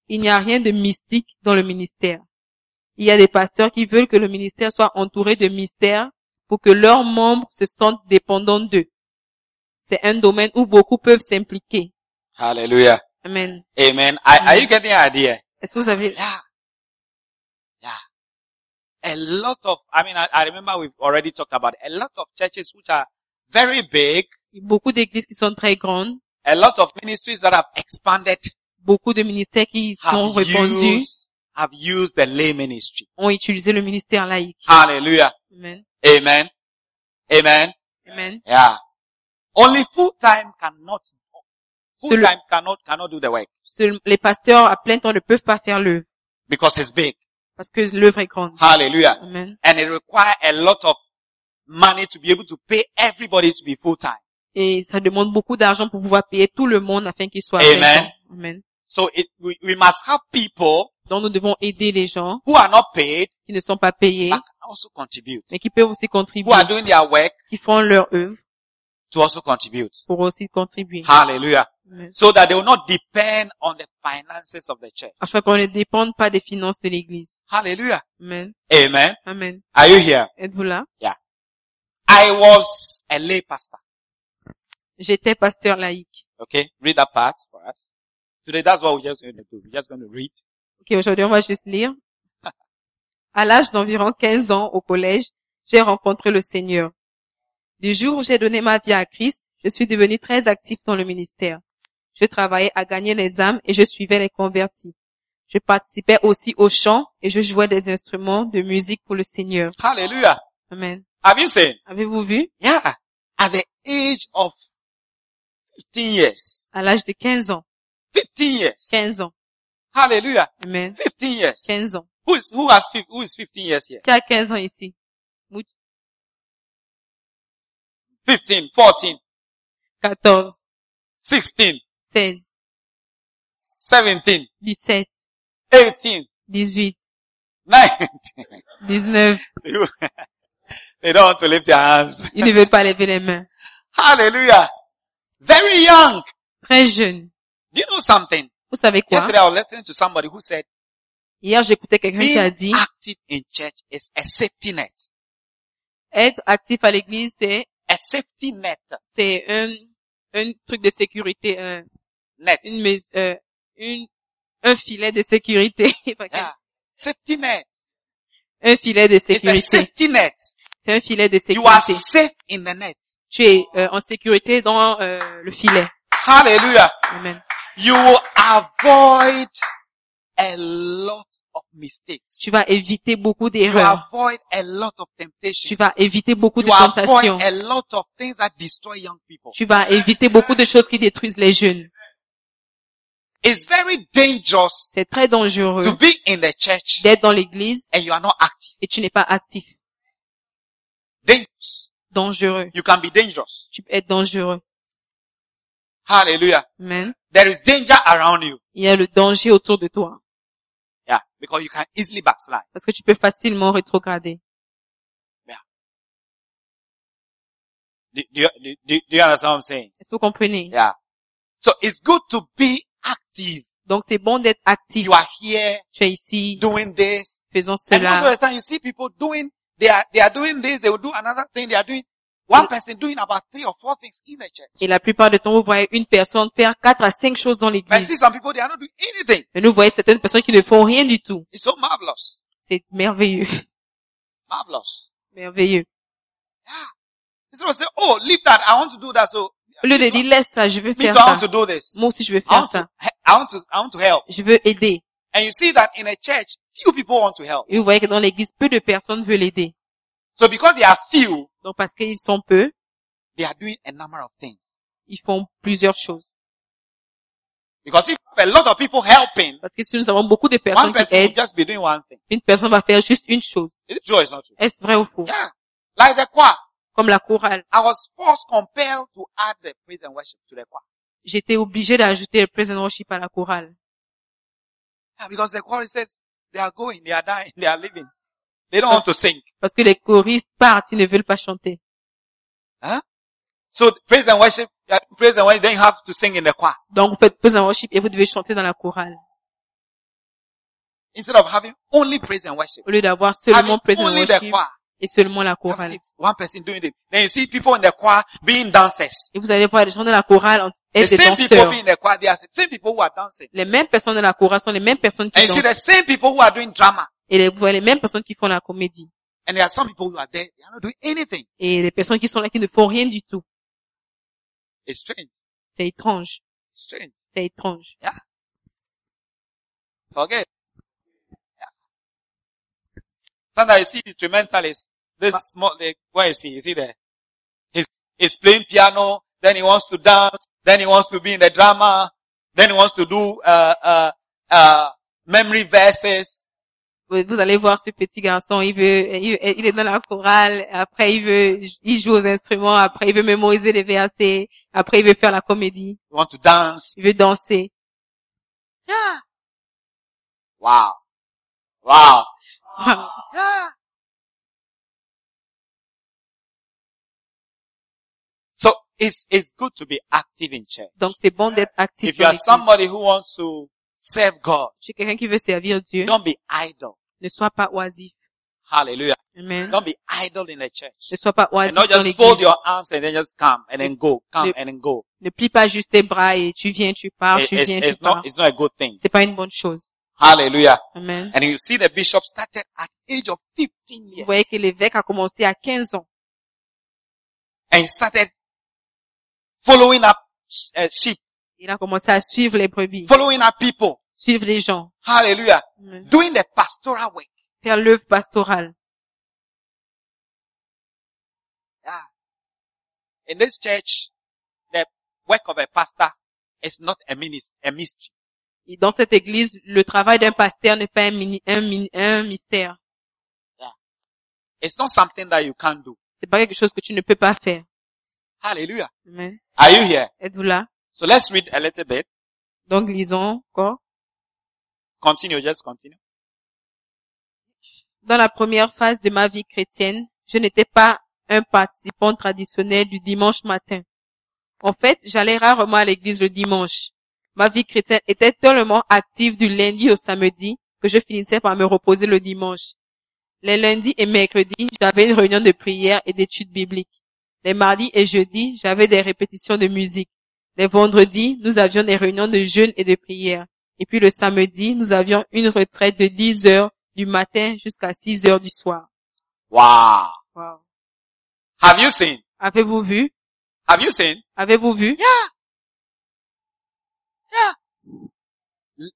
Il n'y a rien de mystique dans le ministère. Il y a des pasteurs qui veulent que le ministère soit entouré de mystères pour que leurs membres se sentent dépendants d'eux. C'est un domaine où beaucoup peuvent s'impliquer.
Hallelujah.
Amen.
Amen. Are, are you getting the idea?
Est-ce que vous avez...
Yeah. Yeah. A lot of, I mean, I, I remember we've already talked about it. a lot of churches which are very big,
Beaucoup d'églises qui sont très grandes,
a lot of ministries that have expanded,
beaucoup de ministères qui sont
have
répandus,
used, have used the lay ministry.
ont utilisé le ministère laïque.
Hallelujah.
Amen.
Amen. Amen.
Amen.
Yeah. Only full time cannot, full
Seul-
times cannot, cannot do the work
Seul- Les pasteurs à plein temps ne peuvent pas faire l'œuvre
because it's big.
parce que l'œuvre est grande.
Hallelujah.
Amen.
And it requires a lot of money to be able to pay everybody to be full time.
Et ça demande beaucoup d'argent pour pouvoir payer tout le monde afin qu'il soit à
Amen.
plein temps. Amen.
So it, we, we must have people
Donc nous devons aider les gens
who are not paid
qui ne sont pas payés,
but can also contribute.
mais qui peuvent aussi contribuer,
Who are doing their work
qui font leur œuvre
to also contribute.
pour aussi contribuer.
Ah. Hallelujah.
Amen.
So that they will not depend on the finances of the church.
Afin qu'on ne dépende pas des finances de l'Église.
Hallelujah.
Amen.
Amen.
Amen.
Are you here?
Êtes-vous là?
I was a lay pastor.
J'étais pasteur laïque.
Okay. Read that part for us. Today that's what we're just going to do. We're just going to read.
Ok, aujourd'hui, on va juste lire. À l'âge d'environ 15 ans au collège, j'ai rencontré le Seigneur. Du jour où j'ai donné ma vie à Christ, je suis devenu très actif dans le ministère. Je travaillais à gagner les âmes et je suivais les convertis. Je participais aussi au chant et je jouais des instruments de musique pour le Seigneur.
Hallelujah.
Amen.
Have you seen?
Avez-vous vu?
Yeah. At the age of 15 years.
À l'âge de 15 ans.
15 years.
15 ans.
Hallelujah.
Amen.
15 years.
15 ans.
Who is, who has, fif- who is 15 years here?
Qui a 15 ans ici?
15, 14,
14,
16,
16,
17,
17,
*laughs* 18,
18,
19.
19.
You- they don't want to lift their hands.
Ils ne veulent pas lever les mains.
Hallelujah. Very young.
Très jeune.
Do you know something?
Vous savez quoi?
Yesterday I was listening to somebody who said,
Hier, j'écoutais quelqu'un qui a
being
dit,
active in church is a safety net.
être actif à l'église, c'est,
A safety net.
c'est un, un truc de sécurité, un,
Net.
une, mais- euh, une, un filet de sécurité. *laughs*
Yeah. Safety net.
un filet de
It's a
sécurité.
safety net.
C'est un filet de
You are
sécurité.
safe in the net.
Tu es euh, en sécurité dans euh, le filet.
Hallelujah.
Amen.
You will avoid a lot of mistakes.
Tu vas éviter beaucoup
You
d'erreurs.
avoid a lot of
Tu
temptation.
vas éviter beaucoup de
You avoid
tentations.
a lot of things that destroy young people.
Tu vas éviter beaucoup de choses qui détruisent les jeunes.
It's very dangerous
C'est très dangereux
to be in the church
d'être dans l'église
and you are not active.
et tu n'es pas actif.
Dangerous.
Dangereux.
You can be dangerous.
Tu peux être dangereux.
Hallelujah.
Amen.
There is danger around you.
Il y a le danger autour de toi
Yeah. Because you can easily backslide.
parce que tu peux facilement rétrograder.
Do, do, do, do you understand what I'm saying?
Est-ce que vous comprenez?
Yeah. So it's good to be active.
Donc c'est bon d'être actif.
You are here
Tu es ici,
doing this.
faisons
And most of
cela.
the time you see people doing, they are, they are doing this, they will do another thing, they are doing, one person doing about three or four things in the church.
Et la plupart du temps, vous voyez une personne faire quatre à cinq choses dans
But see
l'église.
some people, they are not doing anything.
Mais nous voyons certaines personnes qui ne font rien du tout.
It's so marvelous.
C'est merveilleux. *laughs*
Marvelous.
Merveilleux.
Instead of saying, oh, leave that, I want to do that, so,
Au lieu de dire, laisse ça, je veux
me too,
faire
I
ça.
want to do this.
Moi aussi, je veux
I
faire
want to,
ça.
he- I want to, I want to help.
Je veux aider.
And you see that in a church, few people want to help.
Et vous voyez que dans l'église, peu de personnes veulent l'aider.
So because they are few,
Donc parce qu'ils sont peu,
they are doing a number of things.
ils font plusieurs choses.
Because if a lot of people helping,
Parce que si nous avons beaucoup de
one
personnes qui
person will
aident,
just be doing one thing.
une personne va faire juste une chose.
Is it true or is not true?
Est-ce vrai ou faux?
Yeah. Like the choir.
Comme la chorale.
I was forced, compelled to add the praise and worship to the choir.
J'étais obligée d'ajouter le present worship à la chorale.
Yeah, Ah, because the choir says, they are going, they are dying, *laughs* they are living. They don't want to sing.
Parce que les choristes partent, ils ne veulent pas chanter.
So praise and worship, uh, praise and worship, then you have to sing in the choir.
Donc vous faites present worship et vous devez chanter dans la chorale.
Instead of having only praise and worship.
Au lieu d'avoir
Having
seulement present
only the
worship
choir.
et seulement la
That's
chorale.
it. One person doing it. Then you see people in the choir being dancers.
Et vous allez voir les gens de la chorale en-
The
être des
same people
danseurs.
being in the choir, they are the same people who are dancing.
Les mêmes personnes de la chorale sont les mêmes personnes
And
qui
you see
dansent.
the same people who are doing drama.
Et les, vous voyez les mêmes personnes qui font la comédie.
And there are some people who are there, they are not doing anything.
Et les personnes qui sont là qui ne font rien du tout.
It's strange.
C'est étrange.
It's strange.
C'est étrange.
Forget. Yeah. Sometimes you see instrumentalists. This small, the, where is he? Is he there? He's, he's playing piano, then he wants to dance, then he wants to be in the drama, then he wants to do, uh, uh, uh, memory verses.
Vous vous allez voir ce petit garçon, il veut, il, il est dans la chorale, après il veut, il joue aux instruments, après il veut mémoriser les versets, après il veut faire la comédie,
You want to dance.
il veut danser. *laughs*
Yeah. Wow. Wow. Yeah. So it's, it's good to be active in church.
Donc c'est bon d'être actif.
If you
dans
are
l'Église.
somebody who wants to serve God,
Je suis quelqu'un qui veut servir Dieu.
don't be idle.
Ne sois pas oisif.
Hallelujah.
Amen.
Don't be idle in the church.
Ne sois pas
And
oisif
not
dans
just fold
l'église.
your arms and then just come and then go, come
Yep.
and then go.
Ne plie pas juste tes bras et tu viens, tu pars,
It-
tu
it's,
viens, tu
it's not,
pars.
it's not a good thing.
C'est pas une bonne chose.
Hallelujah.
Amen.
And you see the bishop started at age of 15
Vous
years.
voyez que l'évêque a commencé à 15 ans.
and started following up uh, sheep,
Il a commencé à suivre les brebis,
following up people.
suivre les gens,
Hallelujah.
Mm.
Doing the pastoral work.
faire l'œuvre pastorale.
In this church, the work of a pastor is not a, minis- a mystery.
Et dans cette église, le travail d'un pasteur n'est pas un, mini- un mini- un mystère.
It's not something that you can do.
C'est pas quelque chose que tu ne peux pas faire.
Hallelujah.
Amen.
Are you here?
Êtes-vous là?
So let's read a little bit.
Donc, lisons encore.
Continue, just continue.
Dans la première phase de ma vie chrétienne, je n'étais pas un participant traditionnel du dimanche matin. En fait, j'allais rarement à l'église le dimanche. Ma vie chrétienne était tellement active du lundi au samedi que je finissais par me reposer le dimanche. Les lundis et mercredis, j'avais une réunion de prière et d'études bibliques. Les mardis et jeudis, j'avais des répétitions de musique. Les vendredis, nous avions des réunions de jeûne et de prière. Et puis le samedi, nous avions une retraite de 10 heures du matin jusqu'à 6 heures du soir.
Wow.
Wow.
Have you seen?
Avez-vous vu?
Have you seen?
Avez-vous vu?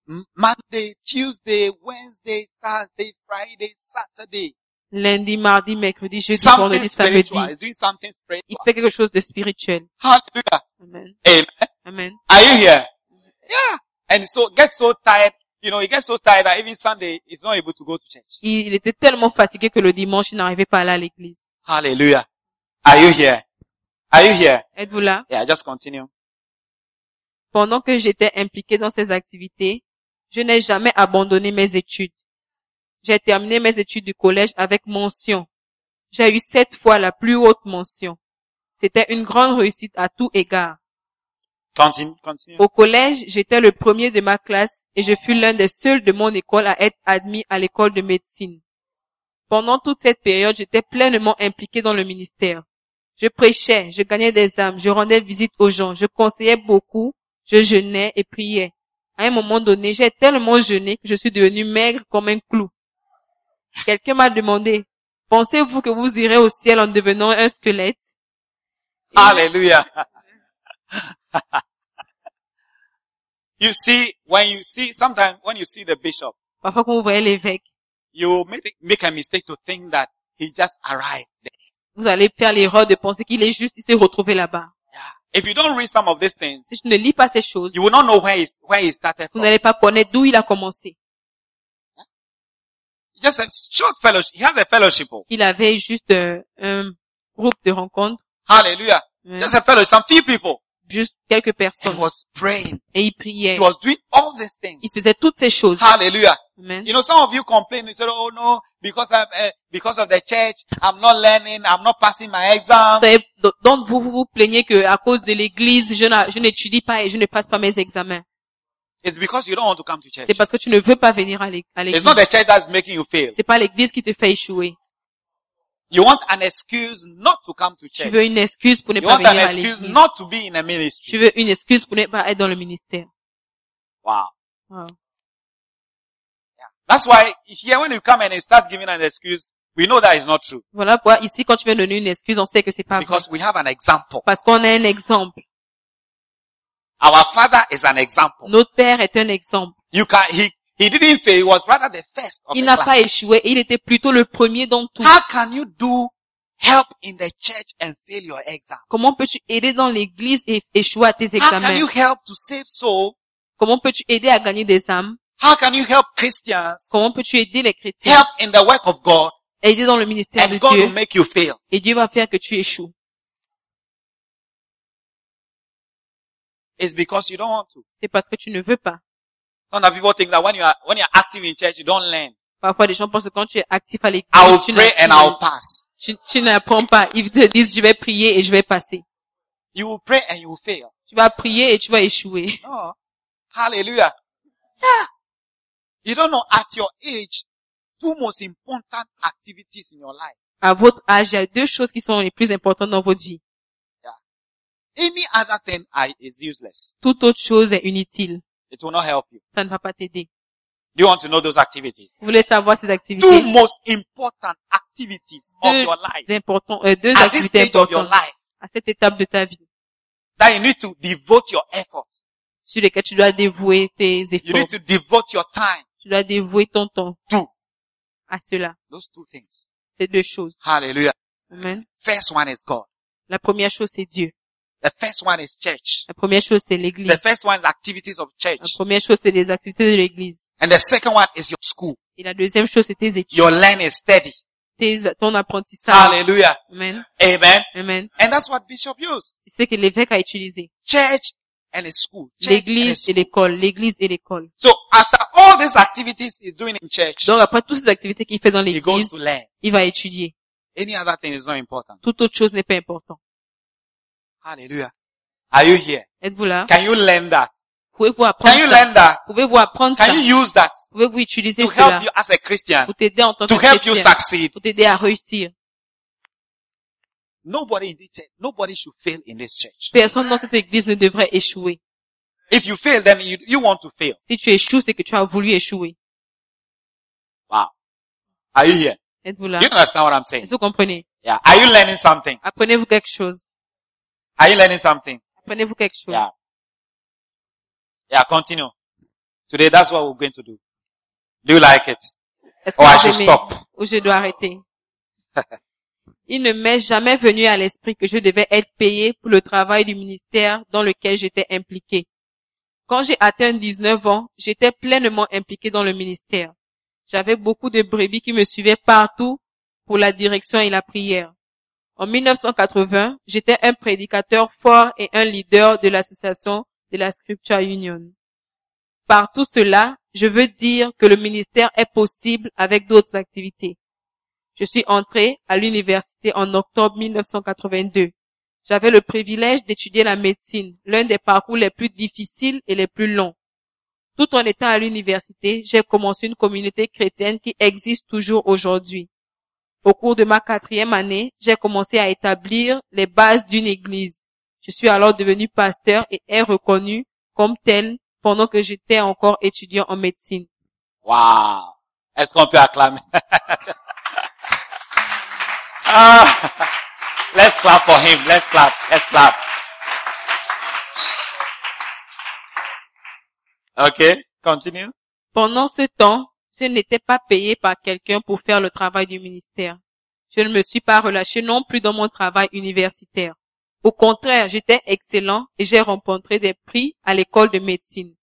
M- Monday, Tuesday, Wednesday, Thursday, Friday, Saturday.
Lundi, mardi, mercredi, jeudi,
Something
vendredi, samedi.
spiritual. He's doing something
Il
spiritual.
fait quelque chose de spirituel.
Hallelujah.
Amen.
Amen.
Amen.
Are you here? Yeah. And so gets so tired. You know, he gets so tired that even Sunday he's not able to go to church.
Il était tellement fatigué que le dimanche, il n'arrivait pas à aller à l'église.
Hallelujah. Are you here? Are you here?
Êtes-vous là?
Yeah, just continue.
Pendant que j'étais impliqué dans ces activités, je n'ai jamais abandonné mes études. J'ai terminé mes études du collège avec mention. J'ai eu sept fois la plus haute mention. C'était une grande réussite à tout égard.
Continue, continue.
Au collège, j'étais le premier de ma classe et je fus l'un des seuls de mon école à être admis à l'école de médecine. Pendant toute cette période, j'étais pleinement impliqué dans le ministère. Je prêchais, je gagnais des âmes, je rendais visite aux gens, je conseillais beaucoup, je jeûnais et priais. À un moment donné, j'ai tellement jeûné que je suis devenu maigre comme un clou. Quelqu'un m'a demandé, pensez-vous que vous irez au ciel en devenant un squelette?
Hallelujah. *laughs* you see, when you see, sometimes when you see the bishop,
Parfois, quand vous voyez l'évêque,
you make, make a mistake to think that he just arrived.
vous allez faire l'erreur de penser qu'il est juste, il s'est retrouvé là-bas.
If you don't read some of these things,
Si tu ne lis pas ces choses,
you will not know where he, where he started
vous
from.
n'allez pas connaître d'où il a commencé.
Just a short fellowship. He has a fellowship. oh.
Il avait juste euh, un groupe de rencontres,
Hallelujah.
euh,
Just a fellowship. Some few people.
juste quelques
He
personnes,
was praying.
et il priait.
He was doing all these things.
Il faisait toutes ces choses.
Hallelujah.
Amen.
You know, some of you complain. You say, "Oh no, because I'm uh, because of the church, I'm not learning. I'm not passing my
Vous
exam."
savez, do- Donc vous vous vous plaignez que à cause de l'église, je n'a- je n'étudie pas et je ne passe pas mes examens.
It's because you don't want to come to church.
C'est parce que tu ne veux pas venir à l'é- à
It's
l'église.
not the church that's making you fail.
C'est pas l'église qui te fait échouer.
You want an excuse not to come to
Tu
church.
veux une excuse pour ne
You
pas
want
venir
an
à
excuse
l'église.
not to be in a
Tu
ministry.
veux une excuse pour ne pas être dans le ministère.
Wow.
Wow.
That's why here when you come and you start giving an excuse, we know that is not true
Voilà pourquoi ici, quand tu viens donner une excuse, on sait que c'est pas vrai.
because we have an example.
Parce qu'on a un exemple.
Our father is an example.
Notre père est un exemple.
You can he he didn't fail. He was rather the first of
Il
the
n'a pas
class.
échoué et il était plutôt le premier dans tout.
How can you do help in the church and fail your exam?
Comment peux-tu aider dans l'église et échouer à tes
How can you
examens?
help to save soul?
Comment peux-tu aider à gagner des âmes?
How can you help Christians
Comment peux-tu aider les chrétiens?
help in the work of God
Aider dans le ministère de
and God will
Dieu
make you fail?
et Dieu va faire que tu échoues.
It's because you don't want to.
C'est parce que tu ne veux pas.
Some of people think that when you are when you are active in church, you don't learn.
Parfois, les gens pensent que quand tu es actif à l'église,
I will
tu
pray and I'll
n'apprends-
pass.
tu- tu n'apprends pas. Ils te disent, je vais prier et je vais passer.
You will pray and you will fail.
Tu vas prier et tu vas échouer.
No. Hallelujah. Yeah. You don't know at your age, two most important activities in your life.
À votre âge, il y a deux choses qui sont les plus importantes dans votre vie.
Any other thing I, is useless.
Toute autre chose est inutile.
It will not help you.
Ça ne va pas t'aider.
Do you want to know those activities?
Vous voulez savoir ces activités
Two most important activities of
Deux
your life.
importantes, euh, deux
At this
activités
stage of your
importantes
life.
à à cette étape de ta vie
that you need to devote your effort.
sur lesquelles tu dois dévouer tes
You
efforts.
need to devote your time.
Tu dois dévouer ton temps
Tout.
à cela.
Those two things.
Ces deux choses.
Hallelujah.
Amen.
First one is God.
La première chose, c'est Dieu.
The first one is church.
La première chose, c'est
The
l'église.
first one is activities of
La
church.
première chose, c'est les activités de l'église.
And the second one is your school.
Et la deuxième chose, c'est tes études,
Your learn is steady.
tes, ton apprentissage.
Hallelujah.
Amen.
Amen.
Amen.
And that's what Bishop used.
C'est ce que l'évêque a utilisé.
Church and a school. Church and a
L'église et
school.
l'école. L'église et l'école.
So after all these activities he's doing in church,
Donc après toutes ces activités qu'il fait dans
he goes
l'église,
to learn.
il va étudier.
Any other thing is not important.
Toute autre chose n'est pas importante.
Hallelujah. Are you here?
Êtes-vous là?
Can you learn that?
Pouvez-vous apprendre
Can you
ça?
learn that?
Pouvez-vous apprendre ça?
Can you use that
Pouvez-vous utiliser
to help
cela
you as a Christian?
pour t'aider en tant que
To help you
chrétien?
succeed?
Pour t'aider à réussir.
Nobody in this church, nobody should fail in this church.
Personne dans cette église ne devrait échouer.
If you fail, then you, you want to fail.
Si tu échoues, c'est que tu as voulu échouer.
Wow. Are you here?
Êtes-vous là?
You understand what I'm saying?
Est-ce que vous comprenez?
Yeah. Are you learning something?
Apprenez-vous quelque chose.
Are you learning something?
Apprenez-vous quelque chose.
Yeah. Yeah, continue. Today, that's what we're going to do. Do you like it?
Est-ce que
Or Oh, I
vous
should
aimez
stop.
ou je dois arrêter? Il ne m'est jamais venu à l'esprit que je devais être payé pour le travail du ministère dans lequel j'étais impliqué. Quand j'ai atteint 19 ans, j'étais pleinement impliqué dans le ministère. J'avais beaucoup de brebis qui me suivaient partout pour la direction et la prière. En 1980, j'étais un prédicateur fort et un leader de l'association de la Scripture Union. Par tout cela, je veux dire que le ministère est possible avec d'autres activités. Je suis entré à l'université en octobre 1982. J'avais le privilège d'étudier la médecine, l'un des parcours les plus difficiles et les plus longs. Tout en étant à l'université, j'ai commencé une communauté chrétienne qui existe toujours aujourd'hui. Au cours de ma quatrième année, j'ai commencé à établir les bases d'une église. Je suis alors devenu pasteur et est reconnu comme tel pendant que j'étais encore étudiant en médecine.
Wow. Est-ce qu'on peut acclamer? *laughs* ah, let's clap for him. Let's clap. Let's clap. Okay, continue.
Pendant ce temps, je n'étais pas payé par quelqu'un pour faire le travail du ministère. Je ne me suis pas relâché non plus dans mon travail universitaire. Au contraire, j'étais excellent et j'ai remporté des prix à l'école de médecine.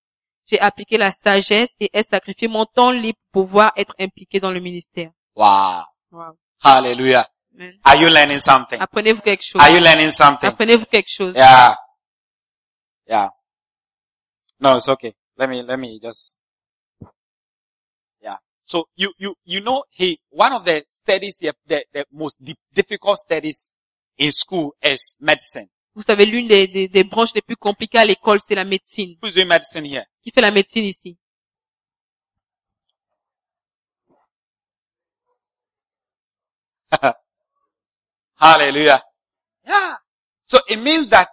J'ai appliqué la sagesse et ai sacrifié mon temps libre pour pouvoir être impliqué dans le ministère.
Wow.
Wow.
Hallelujah.
Amen.
Are you learning something?
Apprenez-vous quelque chose.
Are you learning something?
Apprenez-vous quelque chose.
Yeah. Yeah. No, it's okay. Let me, let me just. Yeah. So you, you, you know, he, one of the studies, the, the, the most di- difficult studies in school is medicine.
Vous savez, l'une des, des- des branches les plus compliquées à l'école, c'est la médecine.
Who's doing medicine here?
Qui fait la médecine ici?
Hallelujah. Yeah. So it means that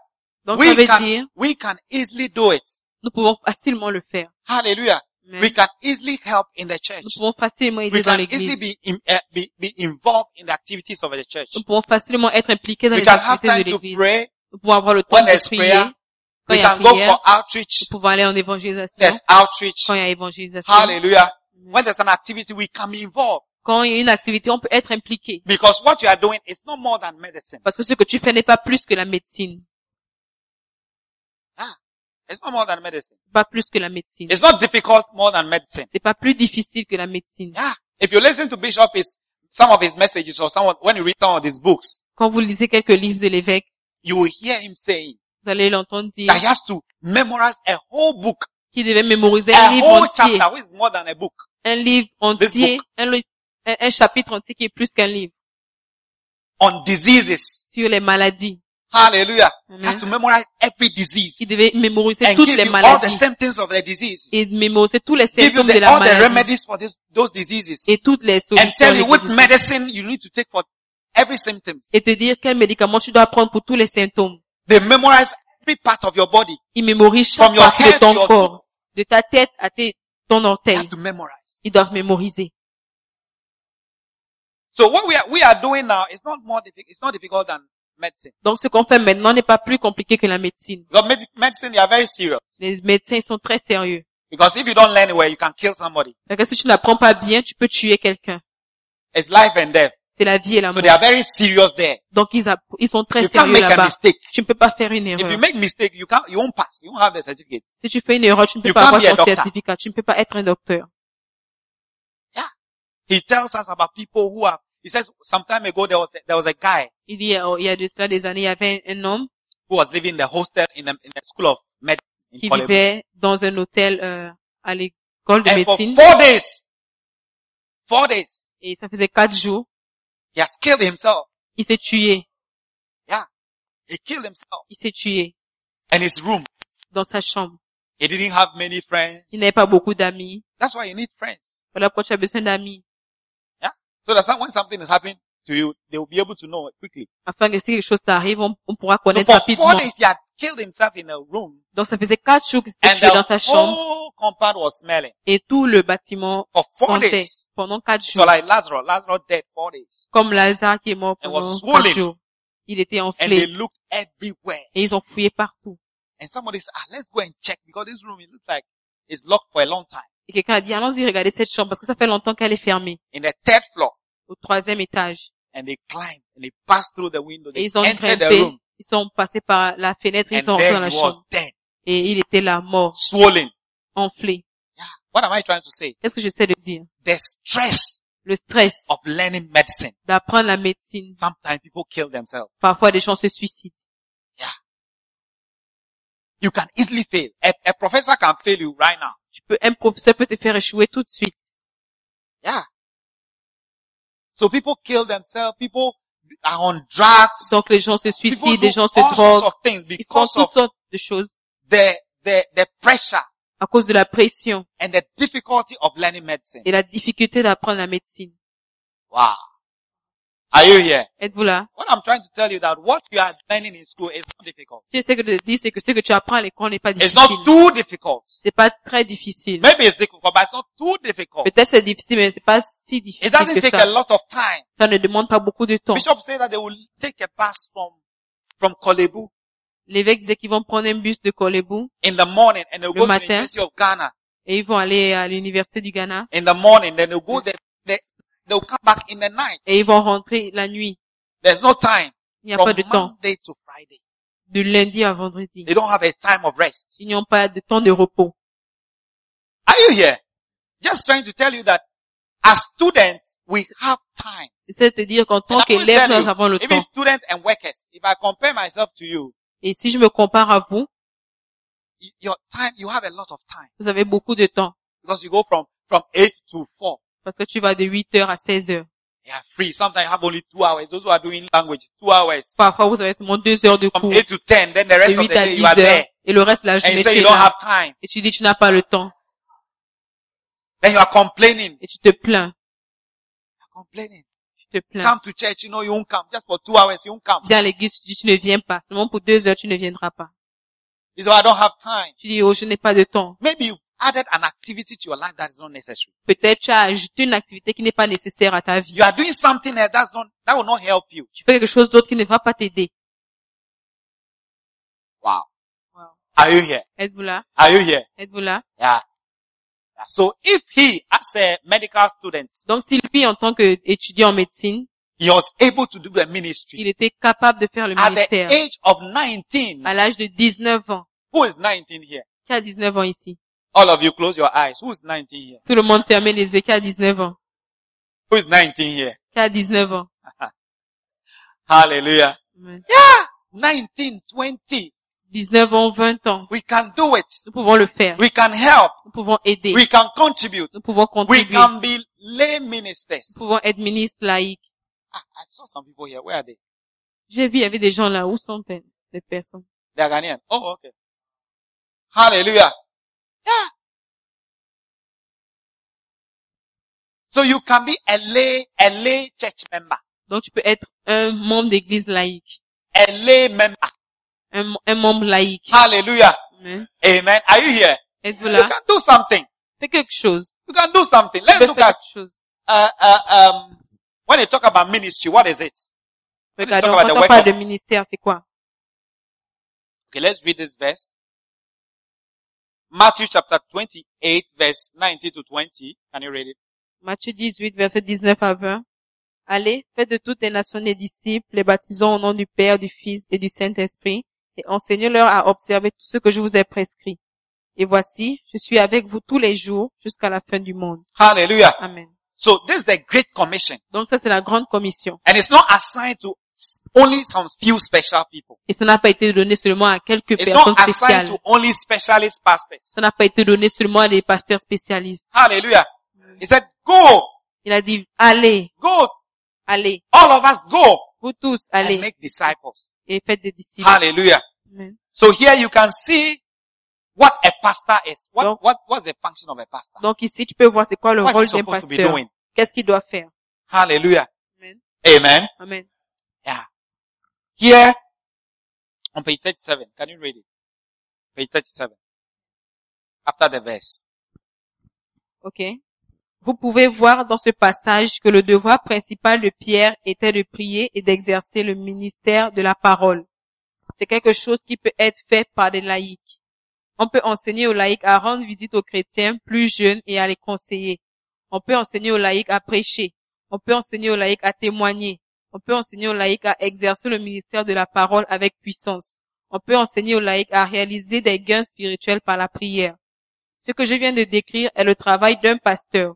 Donc, ça
we
veut
can,
dire,
we can easily do it.
nous pouvons facilement le faire.
Hallelujah.
Amen.
We can easily help in the
Nous
church.
pouvons facilement
Hmm. We
aider dans
can easily
l'église.
be, in, eh, be, be involved in the activities of the church.
Nous pouvons facilement être impliqués dans
We
les
can have
activités
time
de
to
l'église.
pray.
Nous pouvons avoir le temps
When there's
de prier.
prayer,
Quand
We
il y a
can hein. go for
prière,
outreach.
nous pouvons aller en évangélisation.
There's outreach.
Quand il y a évangélisation.
Hallelujah. When there's an activity, we can be involved.
Quand il y a une activité, on peut être impliqué.
Because what you are doing is no more than medicine.
Parce que ce que tu fais n'est pas plus que la médecine.
It's no more than medicine.
Pas plus que la médecine.
It's not difficult more than medicine.
C'est pas plus difficile que la médecine.
Yeah. If you listen to Bishop, is some of his messages or someone, when you read some of his books,
Quand vous lisez quelques livres de l'évêque,
you will hear him saying
vous allez l'entendre dire
that he has to memorize a whole book,
qu'il devait mémoriser
a
un livre
whole
entier.
chapter, which is more than a book.
Un livre entier. Un, li- un- un chapitre entier qui est plus qu'un livre.
On diseases.
Sur les maladies.
Hallelujah.
Amen.
He has to memorize every disease
Il devait mémoriser
and
toutes
give
les
you all the
maladies.
symptoms of the disease.
et de mémoriser tous les
give you
symptômes de
the,
la
all the
maladie
remedies for this, those diseases
et toutes les
and
solutions
tell you what
existantes.
medicine you need to take for every symptom.
et te dire quel médicament tu dois prendre pour tous les symptômes.
They memorize every part of your body.
Il mémorise chaque
From your
partie de
head to
ton
your
corps, de ta tête à tes- ton
They
orteil.
have to memorize.
Ils doivent mémoriser.
So what we are, we are doing now is not more difficult, it's not difficult than medicine.
Donc ce qu'on fait maintenant n'est pas plus compliqué que la médecine.
Because med- medicine, they are very serious.
Les médecins ils sont très sérieux.
Because if you don't learn well, you can kill somebody.
Parce que si tu n'apprends pas bien, tu peux tuer quelqu'un.
It's life and death.
C'est la vie et la
So
mort.
they are very serious there.
Donc ils, app- ils sont très
You Uh-huh. can't
sérieux
make a
là-bas.
mistake.
Tu ne peux pas faire une
If you
erreur.
make mistake, you can't, you won't pass. You won't have the certificate.
Si tu fais une erreur, tu ne
You
peux pas
can't
avoir
be a
ton
doctor.
certificat. Tu ne peux pas être un docteur.
He tells us about people who are, he says some time ago there was a, there was a guy
Il y a, il y a de cela des années, il y avait un, un homme
who was living in the hostel in the, in the school of medicine in
qui
Kolebu.
vivait dans un hôtel euh, à l'école de
And for
médecine
four days, four days,
et ça faisait quatre jours.
he has killed himself.
Il s'est tué,
He killed himself
il s'est tué
in his room.
dans sa chambre.
He didn't have many friends.
Il n'avait pas beaucoup d'amis.
That's why you need friends.
Voilà pourquoi tu as besoin d'amis
So that some- when something is happening to you, they will be able to know it quickly.
afin que si quelque chose t'arrive, on, on pourra
So
connaître
for four
rapidement.
days, he had killed himself in a room.
Donc ça faisait quatre jours qu'il s'était
And
tué dans sa
the
chambre
whole compound was smelling.
et tout le bâtiment
For four
sentait
days.
pendant quatre
So
jours,
like Lazarus, Lazarus dead four days.
comme Lazare qui est mort
And
pendant
was
quatre
swollen.
jours. Il était
And they
enflé
looked everywhere.
et ils ont fouillé partout.
And somebody said, ah, let's go and check because this room, it looks like it's locked for a long time.
Et quelqu'un a dit, allons-y regarder cette chambre parce que ça fait longtemps qu'elle est fermée
In the third floor.
au troisième étage.
And they climbed and they passed through the window.
Et
They
ils ont
entered the
grimpé,
room.
ils sont passés par la fenêtre, ils
And
sont rentrés dans
there
la
he was
chambre.
dead,
Et il était là, mort,
swollen.
enflé.
What am I trying to say?
Qu'est-ce que j'essaie de dire?
The stress
Le stress
of learning medicine.
d'apprendre la médecine.
Sometimes people kill themselves.
Parfois, des gens se suicident.
You can easily fail. A, a professor can fail you right now.
Tu peux, un professeur peut te faire échouer tout de suite.
Yeah. So people kill themselves. People are on drugs.
Donc, les gens se
people
suicident, les
do
gens se
all sorts
droguent.
of things
Ils font
because of
toutes sortes de choses
the, the, the pressure
à cause de la pression
and the difficulty of learning medicine.
et la difficulté d'apprendre la médecine.
Wow. Are you here?
Êtes-vous là?
What I'm trying to tell you that what you are learning in school is not difficult.
Ce que je de dire, c'est que ce que tu apprends à l'école n'est pas
It's
difficile.
not too difficult.
C'est pas très difficile.
Maybe it's difficult, but it's not too difficult.
Peut-être c'est difficile, mais c'est pas si difficile
It doesn't
que
take a
ça.
lot of time.
Ça ne demande pas beaucoup de temps.
Bishop said that they will take a bus from, from Kolebu
L'évêque disait qu'ils vont prendre un bus de Kolebu
in the morning and they'll go
Le
to
matin.
the University of Ghana
et ils vont aller à l'université du Ghana
in the morning, then they'll go there, they, they'll come back in the night.
et ils vont rentrer la nuit.
There's no time
Il n'y a pas
from
de temps.
Monday to Friday.
De lundi à vendredi.
They don't have a time of rest.
Ils n'ont pas de temps de repos.
Are you here? Just trying to tell you that as students, we have time.
C'est te dire qu'en tant
And I always
qu'élève,
tell
nous avons le
you, even
temps.
students and workers, if I compare myself to you,
Et si je me compare à vous,
y- your time, you have a lot of time
vous avez beaucoup de temps
because you go from, from eight to four.
parce que tu vas de 8 heures à 16 heures.
They are free. Sometimes you have only two hours. Those who are doing language, two hours.
Parfois, vous avez seulement 2 heures de
From
cours,
eight to ten, then the
de
rest of
8
the
à
day you are
10 heures
there.
et le reste de la
And you
journée, tu
say you
es
don't
là.
have time.
Et tu dis tu n'as pas le temps
Then you are complaining.
et tu te plains,
Complaining.
tu te plains.
Come to church, you know you won't come. Just for two hours, you won't come.
Viens à l'église, tu dis tu ne viens pas. Seulement pour 2 heures, tu ne viendras pas.
You say, I don't have time.
Tu dis, oh, je n'ai pas de temps.
Maybe you added an activity to your life that is not necessary.
Peut-être tu as ajouté une activité qui n'est pas nécessaire à ta vie.
You are doing something else that's not, that will not help you.
Tu fais quelque chose d'autre qui ne va pas t'aider.
Wow.
Wow.
Are you here?
Êtes-vous là?
Are you here?
Êtes-vous là?
Yeah. Yeah. So if he, as a medical student,
Donc, Sylvie, en tant qu'étudiant en médecine,
he was able to do the ministry
il était capable de faire le
at the
ministère
age of 19,
à l'âge de 19 ans.
who is 19 here?
Qui a 19 ans ici?
All of you close your eyes. Who is 19 here?
Tout le monde fermez les yeux. Qui a 19 ans?
Who is 19 here?
Qui a 19 ans?
Hallelujah.
Amen.
19, 20.
19 ans, 20 ans.
We can do it.
Nous pouvons le faire.
We can help.
Nous pouvons aider.
We can contribute.
Nous pouvons
We
contribuer. Nous
can be lay ministers.
pouvons être ministres laïques.
Ah, I saw some people here. Where are they?
J'ai vu, il y avait des gens là. Où sont les personnes?
They are Ghanaian. Oh, okay. Hallelujah. Yeah. So you can be a lay, a lay church member,
Donc, tu peux être un membre d'église laïque.
a lay member.
un, un membre laïque.
Hallelujah.
Amen.
Amen. Are you here?
Êtes-vous
You
là?
can do something.
Fais quelque chose.
You can do something. Let's
Fais
look at
quelque chose.
uh, uh, um, when you talk about ministry, what is it? talk
Regardons,
about the
quand on
work
parle
of-
de ministère, c'est quoi?
Okay, let's read this verse. Matthew chapter 28, verse 19 to 20. Can you read it?
Matthieu 18, verset 19 à 20. Allez, faites de toutes les nations des disciples, les baptisons au nom du Père, du Fils et du Saint-Esprit, et enseignez-leur à observer tout ce que je vous ai prescrit. Et voici, je suis avec vous tous les jours jusqu'à la fin du monde.
Hallelujah.
Amen.
So this is the Great Commission.
Donc ça, c'est la grande commission.
And it's not assigned to s- only some few special people.
Et ça n'a pas été donné seulement à quelques
It's
personnes
not assigned
spéciales.
to only specialist pastors.
Ça n'a pas été donné seulement à des pasteurs spécialistes.
Hallelujah. He said, go,
Il a dit, allez,
go,
allez,
all of us go
vous tous,
and
allez,
make disciples.
et faites des disciples.
Hallelujah.
Amen.
So here you can see what a pastor is.
Donc-
What, what, what's the function of a pastor?
Donc ici, tu peux voir c'est quoi le
What's
rôle
he
d'un
supposed to be
pasteur.
doing?
Qu'est-ce qu'il doit faire?
Hallelujah.
Amen.
Amen.
Amen.
Here, on page 37, can you read it? Page 37. After the verse.
OK. Vous pouvez voir dans ce passage que le devoir principal de Pierre était de prier et d'exercer le ministère de la parole. C'est quelque chose qui peut être fait par des laïcs. On peut enseigner aux laïcs à rendre visite aux chrétiens plus jeunes et à les conseiller. On peut enseigner aux laïcs à prêcher. On peut enseigner aux laïcs à témoigner. On peut enseigner aux laïcs à exercer le ministère de la parole avec puissance. On peut enseigner aux laïcs à réaliser des gains spirituels par la prière. Ce que je viens de décrire est le travail d'un pasteur.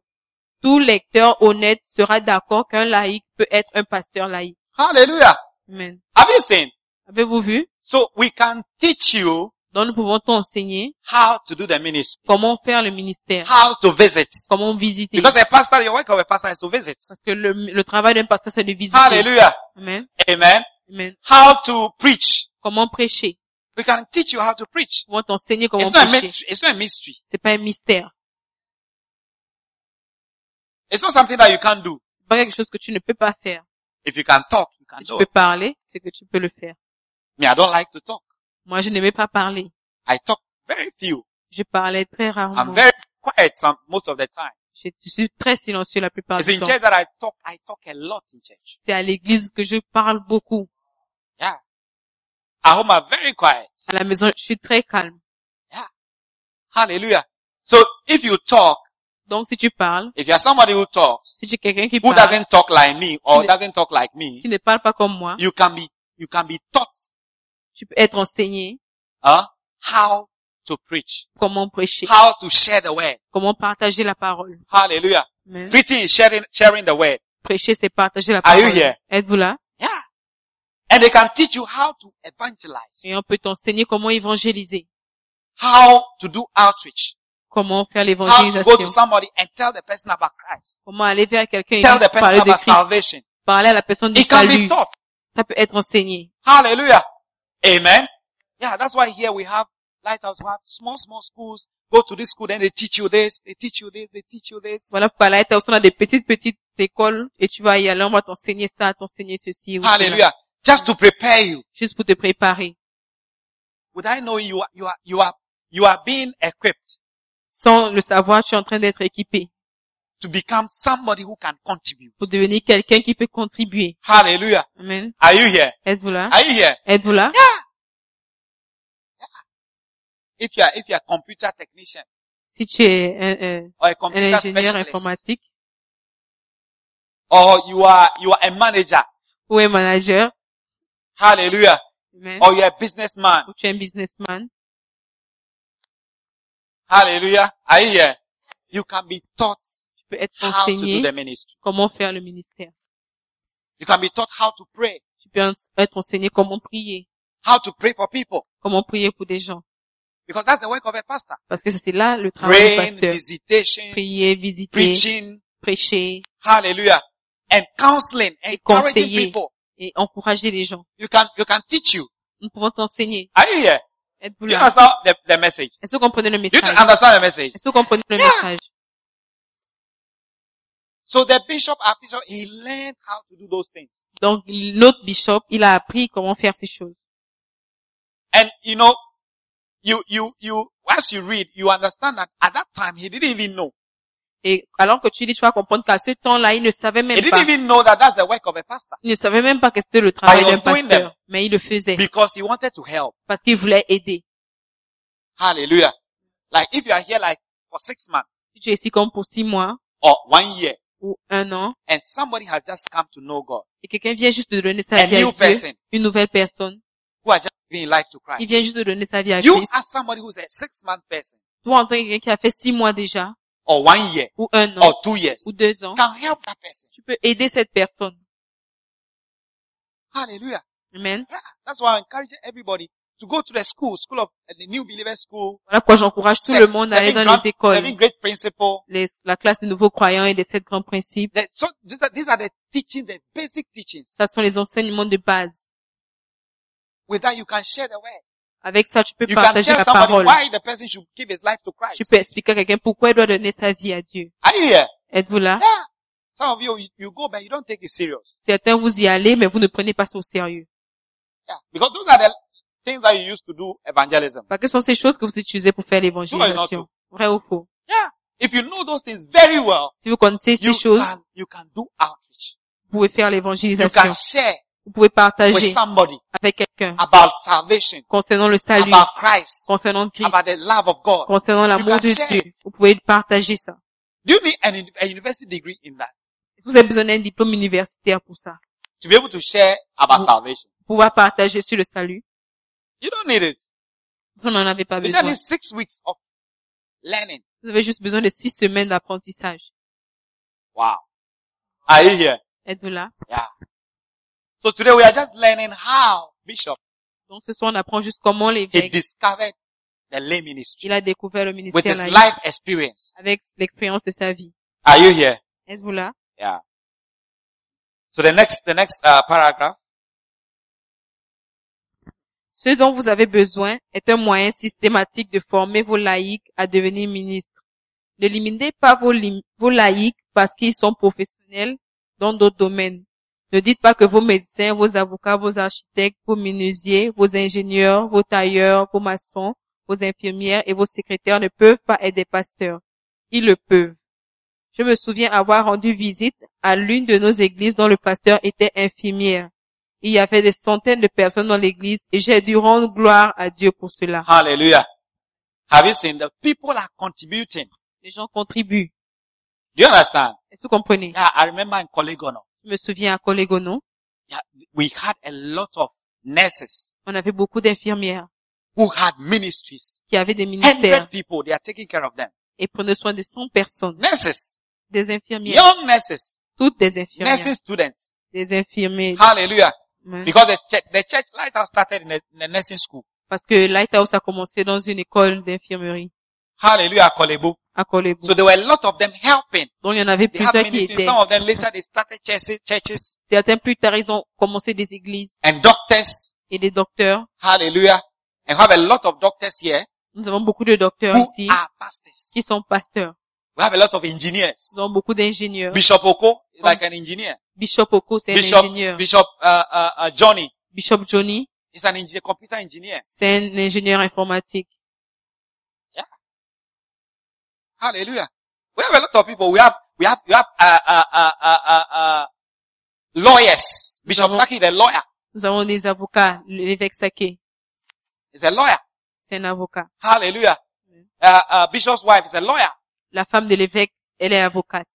Tout lecteur honnête sera d'accord qu'un laïc peut être un pasteur laïque.
Hallelujah.
Amen.
Have you seen?
Avez-vous vu?
So we can teach you
Donc nous pouvons t'enseigner
how to do the ministry,
comment faire le ministère,
how to visit.
comment visiter.
Because a pastor, your work of a pastor is to visit.
Parce que le, le travail d'un pasteur, c'est de visiter.
Hallelujah.
Amen.
Amen.
Amen.
How to preach.
Comment prêcher?
We can teach you how to preach.
Nous pouvons t'enseigner comment
It's not, a
prêcher.
mystery. it's not a mystery.
C'est pas un mystère.
It's not something that you can do.
C'est pas quelque chose que tu ne peux pas faire.
If you can talk, you can
Si tu
do
peux
it.
parler, c'est que tu peux le faire.
Me, I don't like to talk.
Moi, je n'aimais pas parler.
I talk very few.
Je parlais très
I'm
rarement.
very quiet some, most of the time.
Je, je suis très silencieux la plupart
It's
du
in
temps.
church that I talk. I talk a lot in church.
C'est à l'église que je parle beaucoup.
At home, I'm very quiet.
À la maison, je suis très calme.
Hallelujah. So if you talk,
Donc, si tu parles,
if you're somebody who talks,
si tu es quelqu'un qui
who
parle,
doesn't talk like me or
Ne-
doesn't talk like me,
qui ne parle pas comme moi,
you can be you can be taught
tu peux être enseigné
huh, how to preach,
comment prêcher,
how to share the word.
comment partager la parole.
Hallelujah.
Mais
Preaching is sharing sharing the word.
prêcher, c'est partager la
Are you
parole.
here?
Êtes-vous là?
Yeah. And they can teach you how to evangelize,
Et on peut t'enseigner comment évangéliser,
how to do outreach,
comment faire
how to Ah, go to
l'évangélisation,
somebody and tell the person about Christ,
comment aller vers quelqu'un et
tell
lui
the person
parler de
about
Christ,
salvation.
parler à la personne du
It can be
salut.
taught.
Ça peut être enseigné.
Hallelujah. Amen. Yeah, that's why here we have lighthouse, we have small, small schools. Go to this school, then they teach you this, they teach you this, they teach you this.
Voilà pourquoi là, on a des petites, petites écoles et tu vas y aller, on va t'enseigner ça, t'enseigner ceci. ou cela,
Hallelujah. Just to prepare you.
Juste pour te préparer.
Without knowing you are, you are, you are, you are being equipped
sans le savoir, tu es en train d'être équipé
to become somebody who can contribute.
pour devenir quelqu'un qui peut contribuer.
Hallelujah.
Amen.
Are you here?
Êtes-vous là?
Are you here?
Êtes-vous là?
If you are, if you are a computer technician
Si tu es un, un-
or a
un
computer
ingénieur
specialist
informatique
or you are, you are a manager.
ou un manager,
Hallelujah.
amen,
Or you're a businessman.
ou tu es un businessman,
Hallelujah. Are you here? You can be taught
tu peux être
how to do
enseigné
the ministry.
comment faire le ministère.
You can be taught how to pray,
Tu peux en- être enseigné comment prier,
how to pray for people,
comment prier pour des gens.
because that's the work of a pastor.
Parce que c'est là le travail du
Praying,
pasteur.
visitation,
Prier, visiter,
preaching,
prêcher
hallelujah, and counseling, encouraging
conseiller.
people.
et encourager les gens.
You can, you can teach you.
Nous pouvons t'enseigner.
Are you here?
Êtes-vous
Do you
là?
understand the, the message?
Est-ce que vous comprenez le
Do you
message?
understand the message?
Est-ce que vous comprenez le
Yeah.
message?
So the bishop, our bishop, he learned how to do those things.
Donc, l'autre bishop, il a appris comment faire ces choses.
And you know, you, you, you, as you read, you understand that at that time he didn't even know.
Et alors que tu dis, tu vas comprendre qu'à ce temps-là, il ne savait
He
même pas,
didn't even know that that's the work of a pastor
il ne savait même pas que c'était le travail
was
d'un
doing them.
pasteur, mais il le faisait
because he wanted to help.
parce qu'il voulait aider.
Hallelujah. Like if you are here like for six months
Si tu es ici comme pour six mois
or one year
ou un an
and somebody has just come to know God
et quelqu'un vient juste de donner sa
A
vie à
new
Dieu,
person.
une nouvelle personne,
who are just giving life to
il
Christ.
vient juste de donner sa vie à
You
Christ.
are somebody who's a six month person
Toi, en tant que quelqu'un qui a fait six mois déjà
or one year
ou un
or
an
two years
ou deux ans,
can help that person.
tu peux aider cette personne.
Hallelujah.
Amen.
Yeah. That's why I'm encouraging everybody to go to the school, school of uh, the new believer school.
Voilà pourquoi j'encourage tout le monde à aller dans
grand-
les écoles,
seven great principle.
les- la classe des nouveaux croyants et des sept grands principes.
The- so these are, these are the teachings, the basic teachings.
Ça sont les enseignements de base.
With that you can share the word.
Avec ça, tu peux
You can
partager
tell
la
somebody
parole.
why the person should give his life to Christ.
Tu peux expliquer à quelqu'un pourquoi il doit donner sa vie à Dieu.
Are you here?
Êtes-vous là?
Yeah. Some of you, you, you go, but you don't take it serious.
Certains vous y allez, mais vous ne prenez pas ça au sérieux.
Yeah. Because those are the things that you used to do evangelism.
Parce que ce sont ces choses que vous utilisez pour faire
Vrai ou
l'évangélisation.
faux?
Vrai ou faux?
Yeah. If you know those things very well,
Si vous connaissez
you
ces choses,
can, you can do outreach.
vous pouvez faire
You
l'évangélisation.
can Ah. share
Vous pouvez
with
partager
somebody
avec quelqu'un
about salvation,
concernant le salut,
about Christ,
concernant Christ,
about the love of God.
concernant l'amour
Ah, bah. can
de
share
Dieu.
it.
Vous pouvez partager ça.
Do you need an, a university degree in that?
Vous avez besoin d'un diplôme universitaire pour ça.
To be able to share about
Vous-
salvation.
Pour pouvoir partager sur le salut.
You don't need it.
Vous n'en avez pas
You
besoin.
just need six weeks of learning.
Vous avez juste besoin de six semaines d'apprentissage.
Wow. Are you here?
Êtes-vous là?
So today we are just learning how Bishop,
Donc ce soir, on apprend juste comment
he
l'évêque,
discovered the lay ministry
il a découvert le
with
ministère
his
laïque
life experience.
avec l'expérience de sa vie.
Are you here?
Êtes-vous là?
Yeah. So the next, the next uh, paragraph.
Ce dont vous avez besoin est un moyen systématique de former vos laïcs à devenir ministres. Ne limitez pas vos, lim- vos laïcs parce qu'ils sont professionnels dans d'autres domaines. Ne dites pas que vos médecins, vos avocats, vos architectes, vos menuisiers, vos ingénieurs, vos tailleurs, vos maçons, vos infirmières et vos secrétaires ne peuvent pas être des pasteurs. Ils le peuvent. Je me souviens avoir rendu visite à l'une de nos églises dont le pasteur était infirmière. Il y avait des centaines de personnes dans l'église et j'ai dû rendre gloire à Dieu pour cela.
Hallelujah. Have you seen that people are contributing?
Les gens contribuent.
Do you understand?
Est-ce que vous comprenez?
Yeah, I remember in Collegono,
Je me souviens à Collegono,
yeah, we had a lot of nurses
on avait beaucoup d'infirmières
who had ministries.
qui avaient des
Hundred
ministères
people, they are taking care of them.
et prenaient soin de 100 personnes.
Nurses,
Des infirmières,
young nurses,
toutes des infirmières,
nursing students.
des infirmiers.
Hallelujah.
hein,
Because the church, the church light has started in a, in a nursing school.
Parce que Lighthouse a commencé dans une école d'infirmerie
Hallelujah, Kolebo.
à Collego.
So there were a lot of them helping.
Donc il y en avait
They have
plusieurs qui
ministries.
étaient.
Some of them later they started churches, churches
Certains plus tard, ils ont commencé des églises
and doctors.
et des docteurs.
Hallelujah. And we have a lot of doctors here
Nous avons beaucoup de docteurs
who
ici
are pastors.
qui sont pasteurs.
We have a lot of engineers.
Nous avons beaucoup d'ingénieurs.
Bishop Oko is like an engineer.
Bishop Oko, c'est un
Bishop,
ingénieur.
Bishop uh, uh, uh, Johnny
Bishop Johnny,
is an engineer, computer engineer.
c'est un ingénieur informatique.
Hallelujah. We have a lot of people. We have, we have, we have, uh, uh, uh, uh, uh, uh, lawyers. Bishop
avons-
Saki, the lawyer,
Nous avons des avocats. L'évêque Sake,
is a lawyer.
c'est un avocat.
Hallelujah. Uh, uh, Bishop's wife is a lawyer.
La femme de l'évêque, elle est avocate.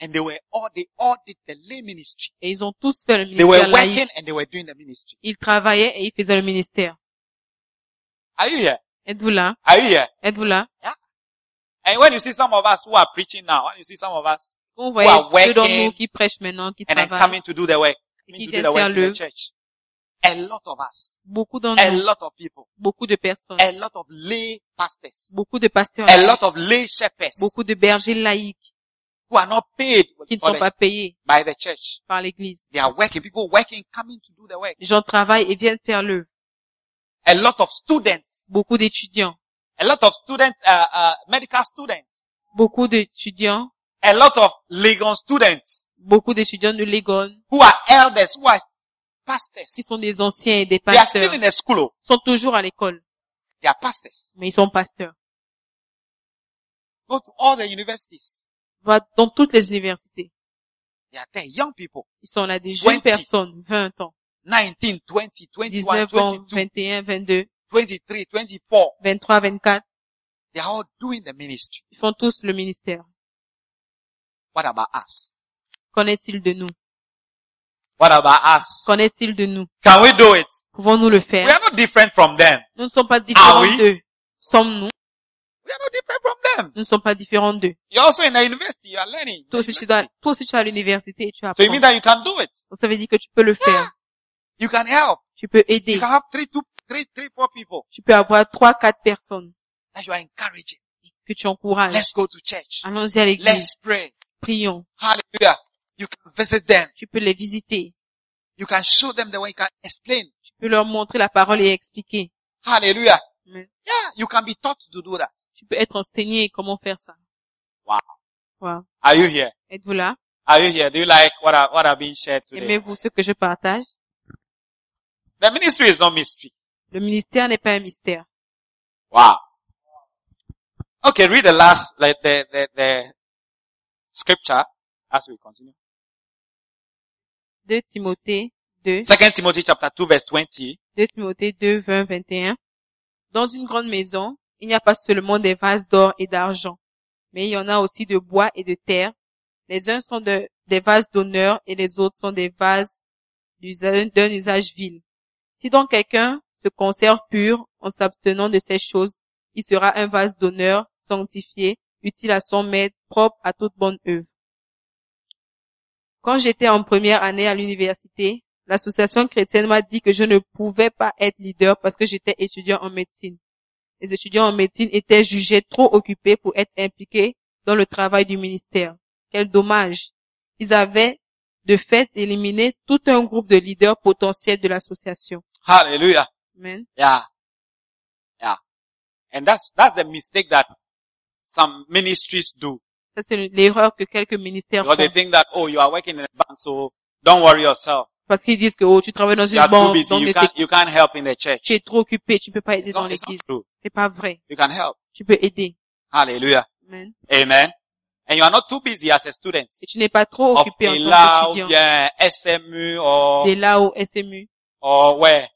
And they were all, they all did the lay ministry.
Et ils ont tous fait le
They were
ministère laïque.
working and they were doing the ministry.
Ils travaillaient et ils faisaient le ministère.
Are you here?
Êtes-vous là?
Are you here?
Êtes-vous là?
And when you see some of us who are preaching now, when you see some of us
Vous
are
voyez ceux d'entre
working
nous qui prêchent maintenant, qui
and then
travaillent,
coming to do the work,
et
coming
qui
to do
viennent
the work
faire
in the
le,
church, a lot of us,
beaucoup d'entre
a
nous,
lot of people,
beaucoup de personnes,
a lot of lay pastors,
beaucoup de pasteurs,
a lot of lay shepherds
beaucoup de bergers laïques
who are not paid
qui ne
for
sont
the-
pas payés
by the church.
par l'église.
They are working, people working, coming to do the work.
Les gens travaillent et viennent faire l'œuvre.
A lot of students,
Beaucoup d'étudiants,
a lot of student, uh, uh, medical students,
beaucoup d'étudiants,
a lot of legal students
beaucoup d'étudiants de l'Égon
who are elders, who are
qui
pastors.
sont des anciens et des
They are still
pasteurs
in the school. oh.
sont toujours à l'école,
They are pastors.
mais ils sont pasteurs.
Go to all the universities.
va dans toutes les universités.
They are there, young people,
Ils sont là des jeunes
20.
personnes, 20 ans,
19, 20, 21,
19 ans,
22,
21, 22,
23, 24.
23, 24.
They are all doing the ministry.
Ils font tous le ministère.
What about us?
Qu'en est-il de nous?
What about us?
Qu'en est-il de nous?
Can we do it?
Pouvons-nous le
We
faire?
are not different from them.
Nous ne sommes pas différents
Ah oui?
d'eux. Sommes-nous?
We are not different from them.
Nous ne sommes pas différents d'eux.
You're also in the university. You are learning.
Toi aussi, tu dois- toi aussi, tu es à l'université et tu
So
apprends.
it means that you can do it.
Donc, ça veut dire que tu peux le faire.
You can help.
Tu peux
You
aider.
can have three, two, three, three, four people
Tu peux avoir trois, quatre personnes
that you are encouraging.
que tu encourages.
Let's go to church.
Allons-y à l'église.
Let's pray.
Prions.
Hallelujah. You can visit them.
Tu peux les visiter.
You can show them the way. You can explain.
Tu peux leur montrer la parole et expliquer.
Hallelujah.
Amen.
Yeah. You can be taught to do that.
Tu peux être enseigné comment faire ça.
Wow.
Wow.
Are you here?
Êtes-vous là?
Are you here? Do you like what I, what I've been shared today?
Aimez-vous ce que je partage?
The ministry is not mystery.
Le ministère n'est pas un mystère.
Wow. Okay, read the last, like the, the, the scripture as we continue.
2 Timothée 2,
Second Timothy chapter 2 verse 20.
2 Timothée 2, 20, 21. Dans une grande maison, il n'y a pas seulement des vases d'or et d'argent, mais il y en a aussi de bois et de terre. Les uns sont de- des vases d'honneur et les autres sont des vases d'usa- d'un usage vil. Si donc quelqu'un se conserve pur en s'abstenant de ces choses, il sera un vase d'honneur, sanctifié, utile à son maître, propre à toute bonne œuvre. Quand j'étais en première année à l'université, l'association chrétienne m'a dit que je ne pouvais pas être leader parce que j'étais étudiant en médecine. Les étudiants en médecine étaient jugés trop occupés pour être impliqués dans le travail du ministère. Quel dommage. Ils avaient de fait éliminé tout un groupe de leaders potentiels de l'association.
Hallelujah.
Amen.
Yeah. Yeah. And that's, that's the mistake that some ministries do.
Ça, c'est l'erreur que quelques ministères
Because they
font.
think that, oh, you are working in a bank, so don't worry yourself.
Parce qu'ils disent que, oh, tu travailles dans
You are
une
too
banque,
busy.
dans
You
des
can't, you can't help in the church.
tu es trop occupé, tu peux pas aider
It's
dans
not, it's not
l'église.
true.
C'est pas vrai.
You can help.
Tu peux aider.
Hallelujah.
Amen.
Amen. And you are not too busy as a student.
Et tu n'es pas trop
Of
occupé en
ELA
tant
ou
qu'étudiant.
bien SMU or,
Dès là au SMU,
or where?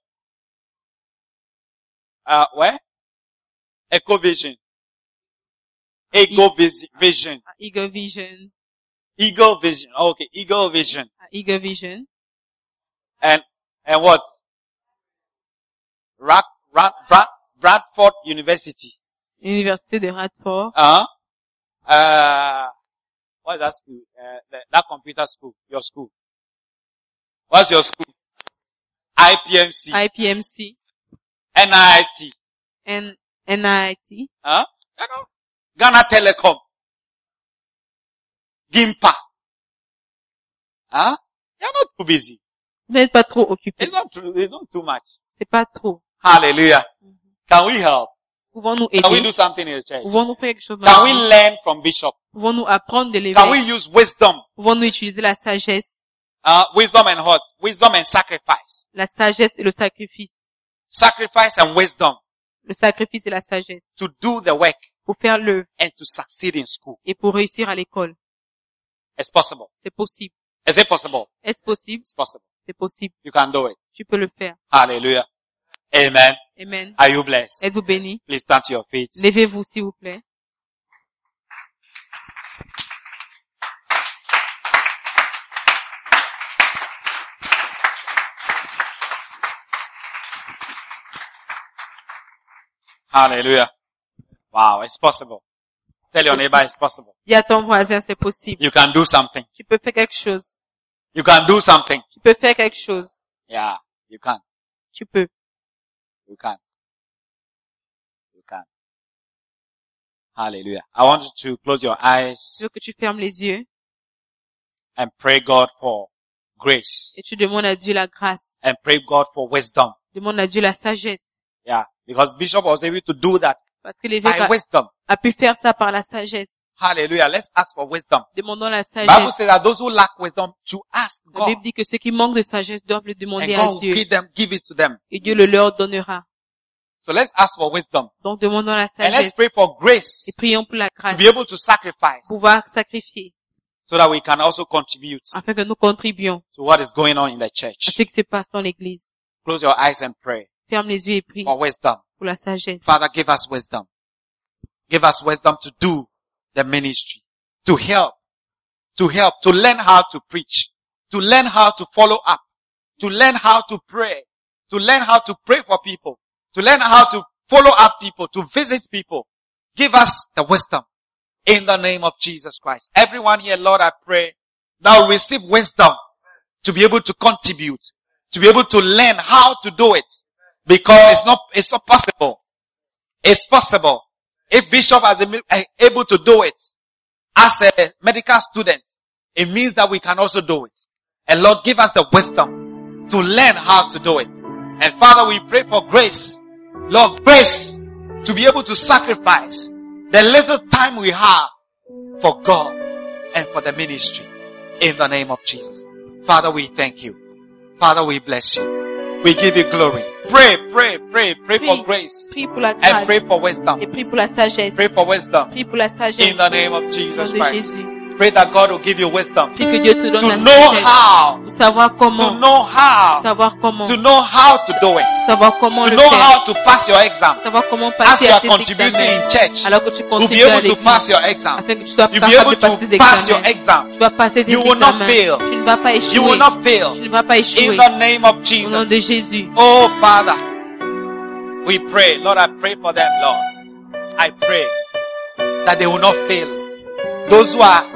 Uh, where? Ecovision. Ego Visi- Vision.
à Eagle Vision,
Eagle Vision. Okay. Eagle Vision.
à Eagle Vision,
And, and what? Rad, Rad, Brad, Bradford University.
Université de Radford,
Uh, uh, what's that school? Uh, that, that computer school. Your school. What's your school? IPMC.
IPMC,
NIT.
N- NIT,
Huh? You know, Ghana Telecom. Gimpa. Huh? You're not too busy.
n'êtes pas trop occupé.
It's not too, it's not too much.
C'est pas trop.
Hallelujah. Can we help?
Pouvons-nous
Can we
aider?
do something in the church?
Pouvons-nous faire quelque chose? dans
Can
la
we
vie?
learn from Bishop?
Pouvons-nous apprendre de
Can we
l'évêque?
use wisdom?
Pouvons-nous utiliser la sagesse,
Uh, wisdom and what? Wisdom and sacrifice.
la sagesse et le sacrifice,
Sacrifice and wisdom
le sacrifice et la sagesse
to do the work
pour faire le
and to succeed in school.
et pour réussir à l'école?
It's possible.
C'est possible.
Is it possible?
Est-ce possible?
It's possible.
C'est possible.
You can do it.
Tu peux le faire.
Hallelujah. Amen.
Amen.
Are you blessed?
Êtes-vous béni?
Please stand to your feet.
Levez-vous, s'il vous plaît.
Hallelujah. Wow, it's possible. Tell your neighbor it's possible.
Dis à ton voisin, c'est possible.
You can do something.
Tu peux faire quelque chose.
You can do something.
Tu peux faire quelque chose.
Yeah, you can.
Tu peux.
You can. You can. Hallelujah. I want you to close your eyes
Je veux que tu fermes les yeux
and pray God for grace
et tu demandes à Dieu la grâce.
and pray God for wisdom.
Demande à Dieu la sagesse.
Yeah, because Bishop was able to do that
Parce que l'évêque
by
a,
wisdom.
a pu faire ça par la sagesse.
Hallelujah. Let's ask for wisdom.
Demandons la
Bible
sagesse.
says that those who lack wisdom to ask
La
God
Bible dit que ceux qui manquent de sagesse doivent le
and
demander à
God will
Dieu
give them, give it to them.
et Dieu le leur donnera.
So let's ask for wisdom.
Donc demandons la
And let's
sagesse
pray for grace
et prions pour la
to
grâce,
be able to sacrifice
pouvoir sacrifier
so that we can also contribute
afin que nous contribuions
to what is going on in the
à
church.
ce qui se passe dans l'église.
Close your eyes and pray
Ferme les yeux et prie
for wisdom.
pour la sagesse.
Father, give us wisdom. Give us wisdom to do the ministry, to help, to help, to learn how to preach, to learn how to follow up, to learn how to pray, to learn how to pray for people, to learn how to follow up people, to visit people. Give us the wisdom in the name of Jesus Christ. Everyone here, Lord, I pray that will receive wisdom to be able to contribute, to be able to learn how to do it because it's not, it's not possible it's possible. If Bishop has been able to do it as a medical student, it means that we can also do it. And Lord, give us the wisdom to learn how to do it. And Father, we pray for grace. Lord, grace to be able to sacrifice the little time we have for God and for the ministry in the name of Jesus. Father, we thank you. Father, we bless you. We give you glory. Pray, pray, pray, pray
Prie,
for grace
prie pour la
and
grâce
pray for wisdom.
et prie pour la sagesse.
Pray for wisdom
Prie pour la sagesse
in the name of
au nom
Jesus
de
Christ.
Jésus.
Pray that God will give you wisdom
Prie que Dieu
to
te donne la
know
sagesse.
how,
Pour savoir
to
comment,
know how,
savoir comment,
to know how to do it,
savoir comment
to
le
know
faire,
how to pass your exam.
savoir comment
As
passer
you
à
are
tes
contributing
examens.
in church,
Alors que tu
you'll be
contribues à
able to
l'église,
pass your exam.
afin que tu sois
You'll be
capable
able
de passer tes
to pass your
examens.
exam.
Tu vas passer tes
You will not
examens.
fail.
Tu ne vas pas échouer.
You will not fail
Tu ne vas pas
in
échouer.
the name of
Au nom
Jesus.
de Jésus.
Oh Father, we pray, Lord, I pray for them, Lord. I pray that they will not fail. Those who are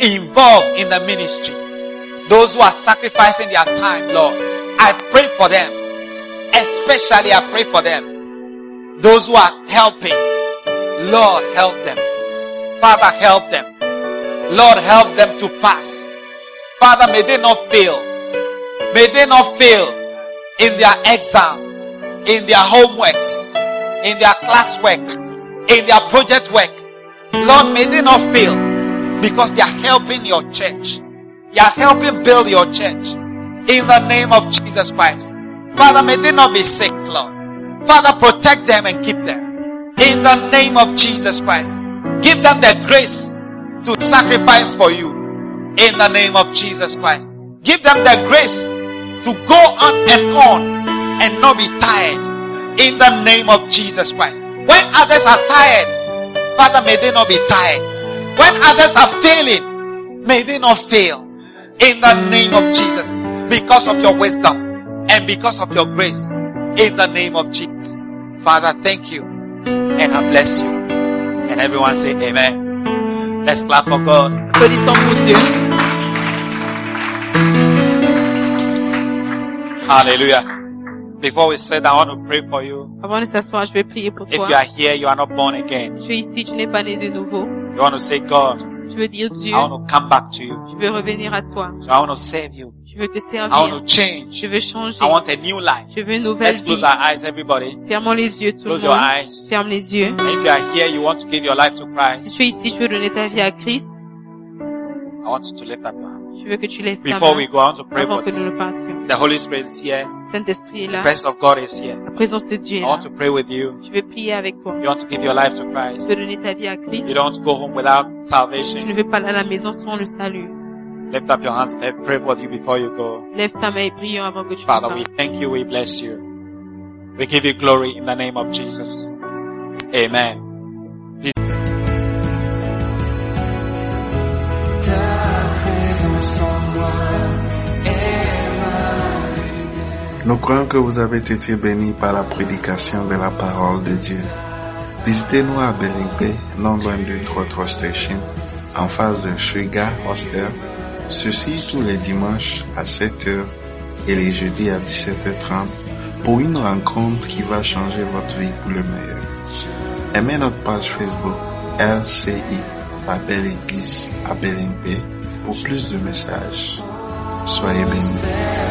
involved in the ministry, those who are sacrificing their time, Lord, I pray for them. Especially I pray for them. Those who are helping, Lord, help them. Father, help them. Lord, help them to pass. Father, may they not fail. May they not fail in their exam, in their homeworks, in their classwork, in their project work. Lord, may they not fail because they are helping your church. They are helping build your church in the name of Jesus Christ. Father, may they not be sick, Lord. Father, protect them and keep them in the name of Jesus Christ. Give them the grace to sacrifice for you in the name of Jesus Christ. Give them the grace to go on and on and not be tired in the name of Jesus Christ. When others are tired, Father, may they not be tired. When others are failing, may they not fail in the name of Jesus because of your wisdom and because of your grace in the name of Jesus. Father, thank you and I bless you. And everyone say amen. Let's clap for God.
Applaudissons pour Dieu.
Hallelujah. Before we sit, I want to pray for you.
Avant de s'asseoir, je vais prier pour
If
toi.
you are here, you are not born again.
Tu es ici, tu n'es pas né de nouveau.
You want to say, God,
Je veux dire Dieu,
I want to come back to you.
je veux revenir à toi.
I want to serve you.
Je veux te
I
servir.
want to change.
Je veux changer.
I want a new life.
Je veux une nouvelle
Let's close
vie.
our eyes, everybody.
Fermons les yeux, tout le
Close your
monde.
eyes.
Ferme les yeux.
And if you are here, you want to give your life to
Si
Christ.
tu es ici, je veux donner ta vie à Christ.
I want you to lift up your hand.
Je veux que tu lèves ta
Before we
main
go, I want to pray
avant
for
que
you.
nous repartions.
The Holy Spirit is here.
Saint-Esprit est
The
là.
presence of God is here.
La présence de Dieu est
I
là.
want to pray with you.
Je veux prier avec toi.
You want to give your life to
Je
Christ.
veux donner ta vie à
You
Christ.
don't want to go home without
Tu ne
salvation.
veux pas aller à la maison sans le salut.
Lift up your hands. Let's pray with you before you go.
Lève ta main et prions avant que tu
Father, we
parles.
thank you, we bless you. We give you glory in the name of Jesus. Amen.
Nous croyons que vous avez été bénis par la prédication de la parole de Dieu. Visitez-nous à Belling Bay, non loin du Trottoir Station, en face de Sugar Hostel. Ceci tous les dimanches à 7h et les jeudis à 17h30 pour une rencontre qui va changer votre vie pour le meilleur. Aimez notre page Facebook LCI, la belle église à Belling Bay, pour plus de messages. Soyez bénis.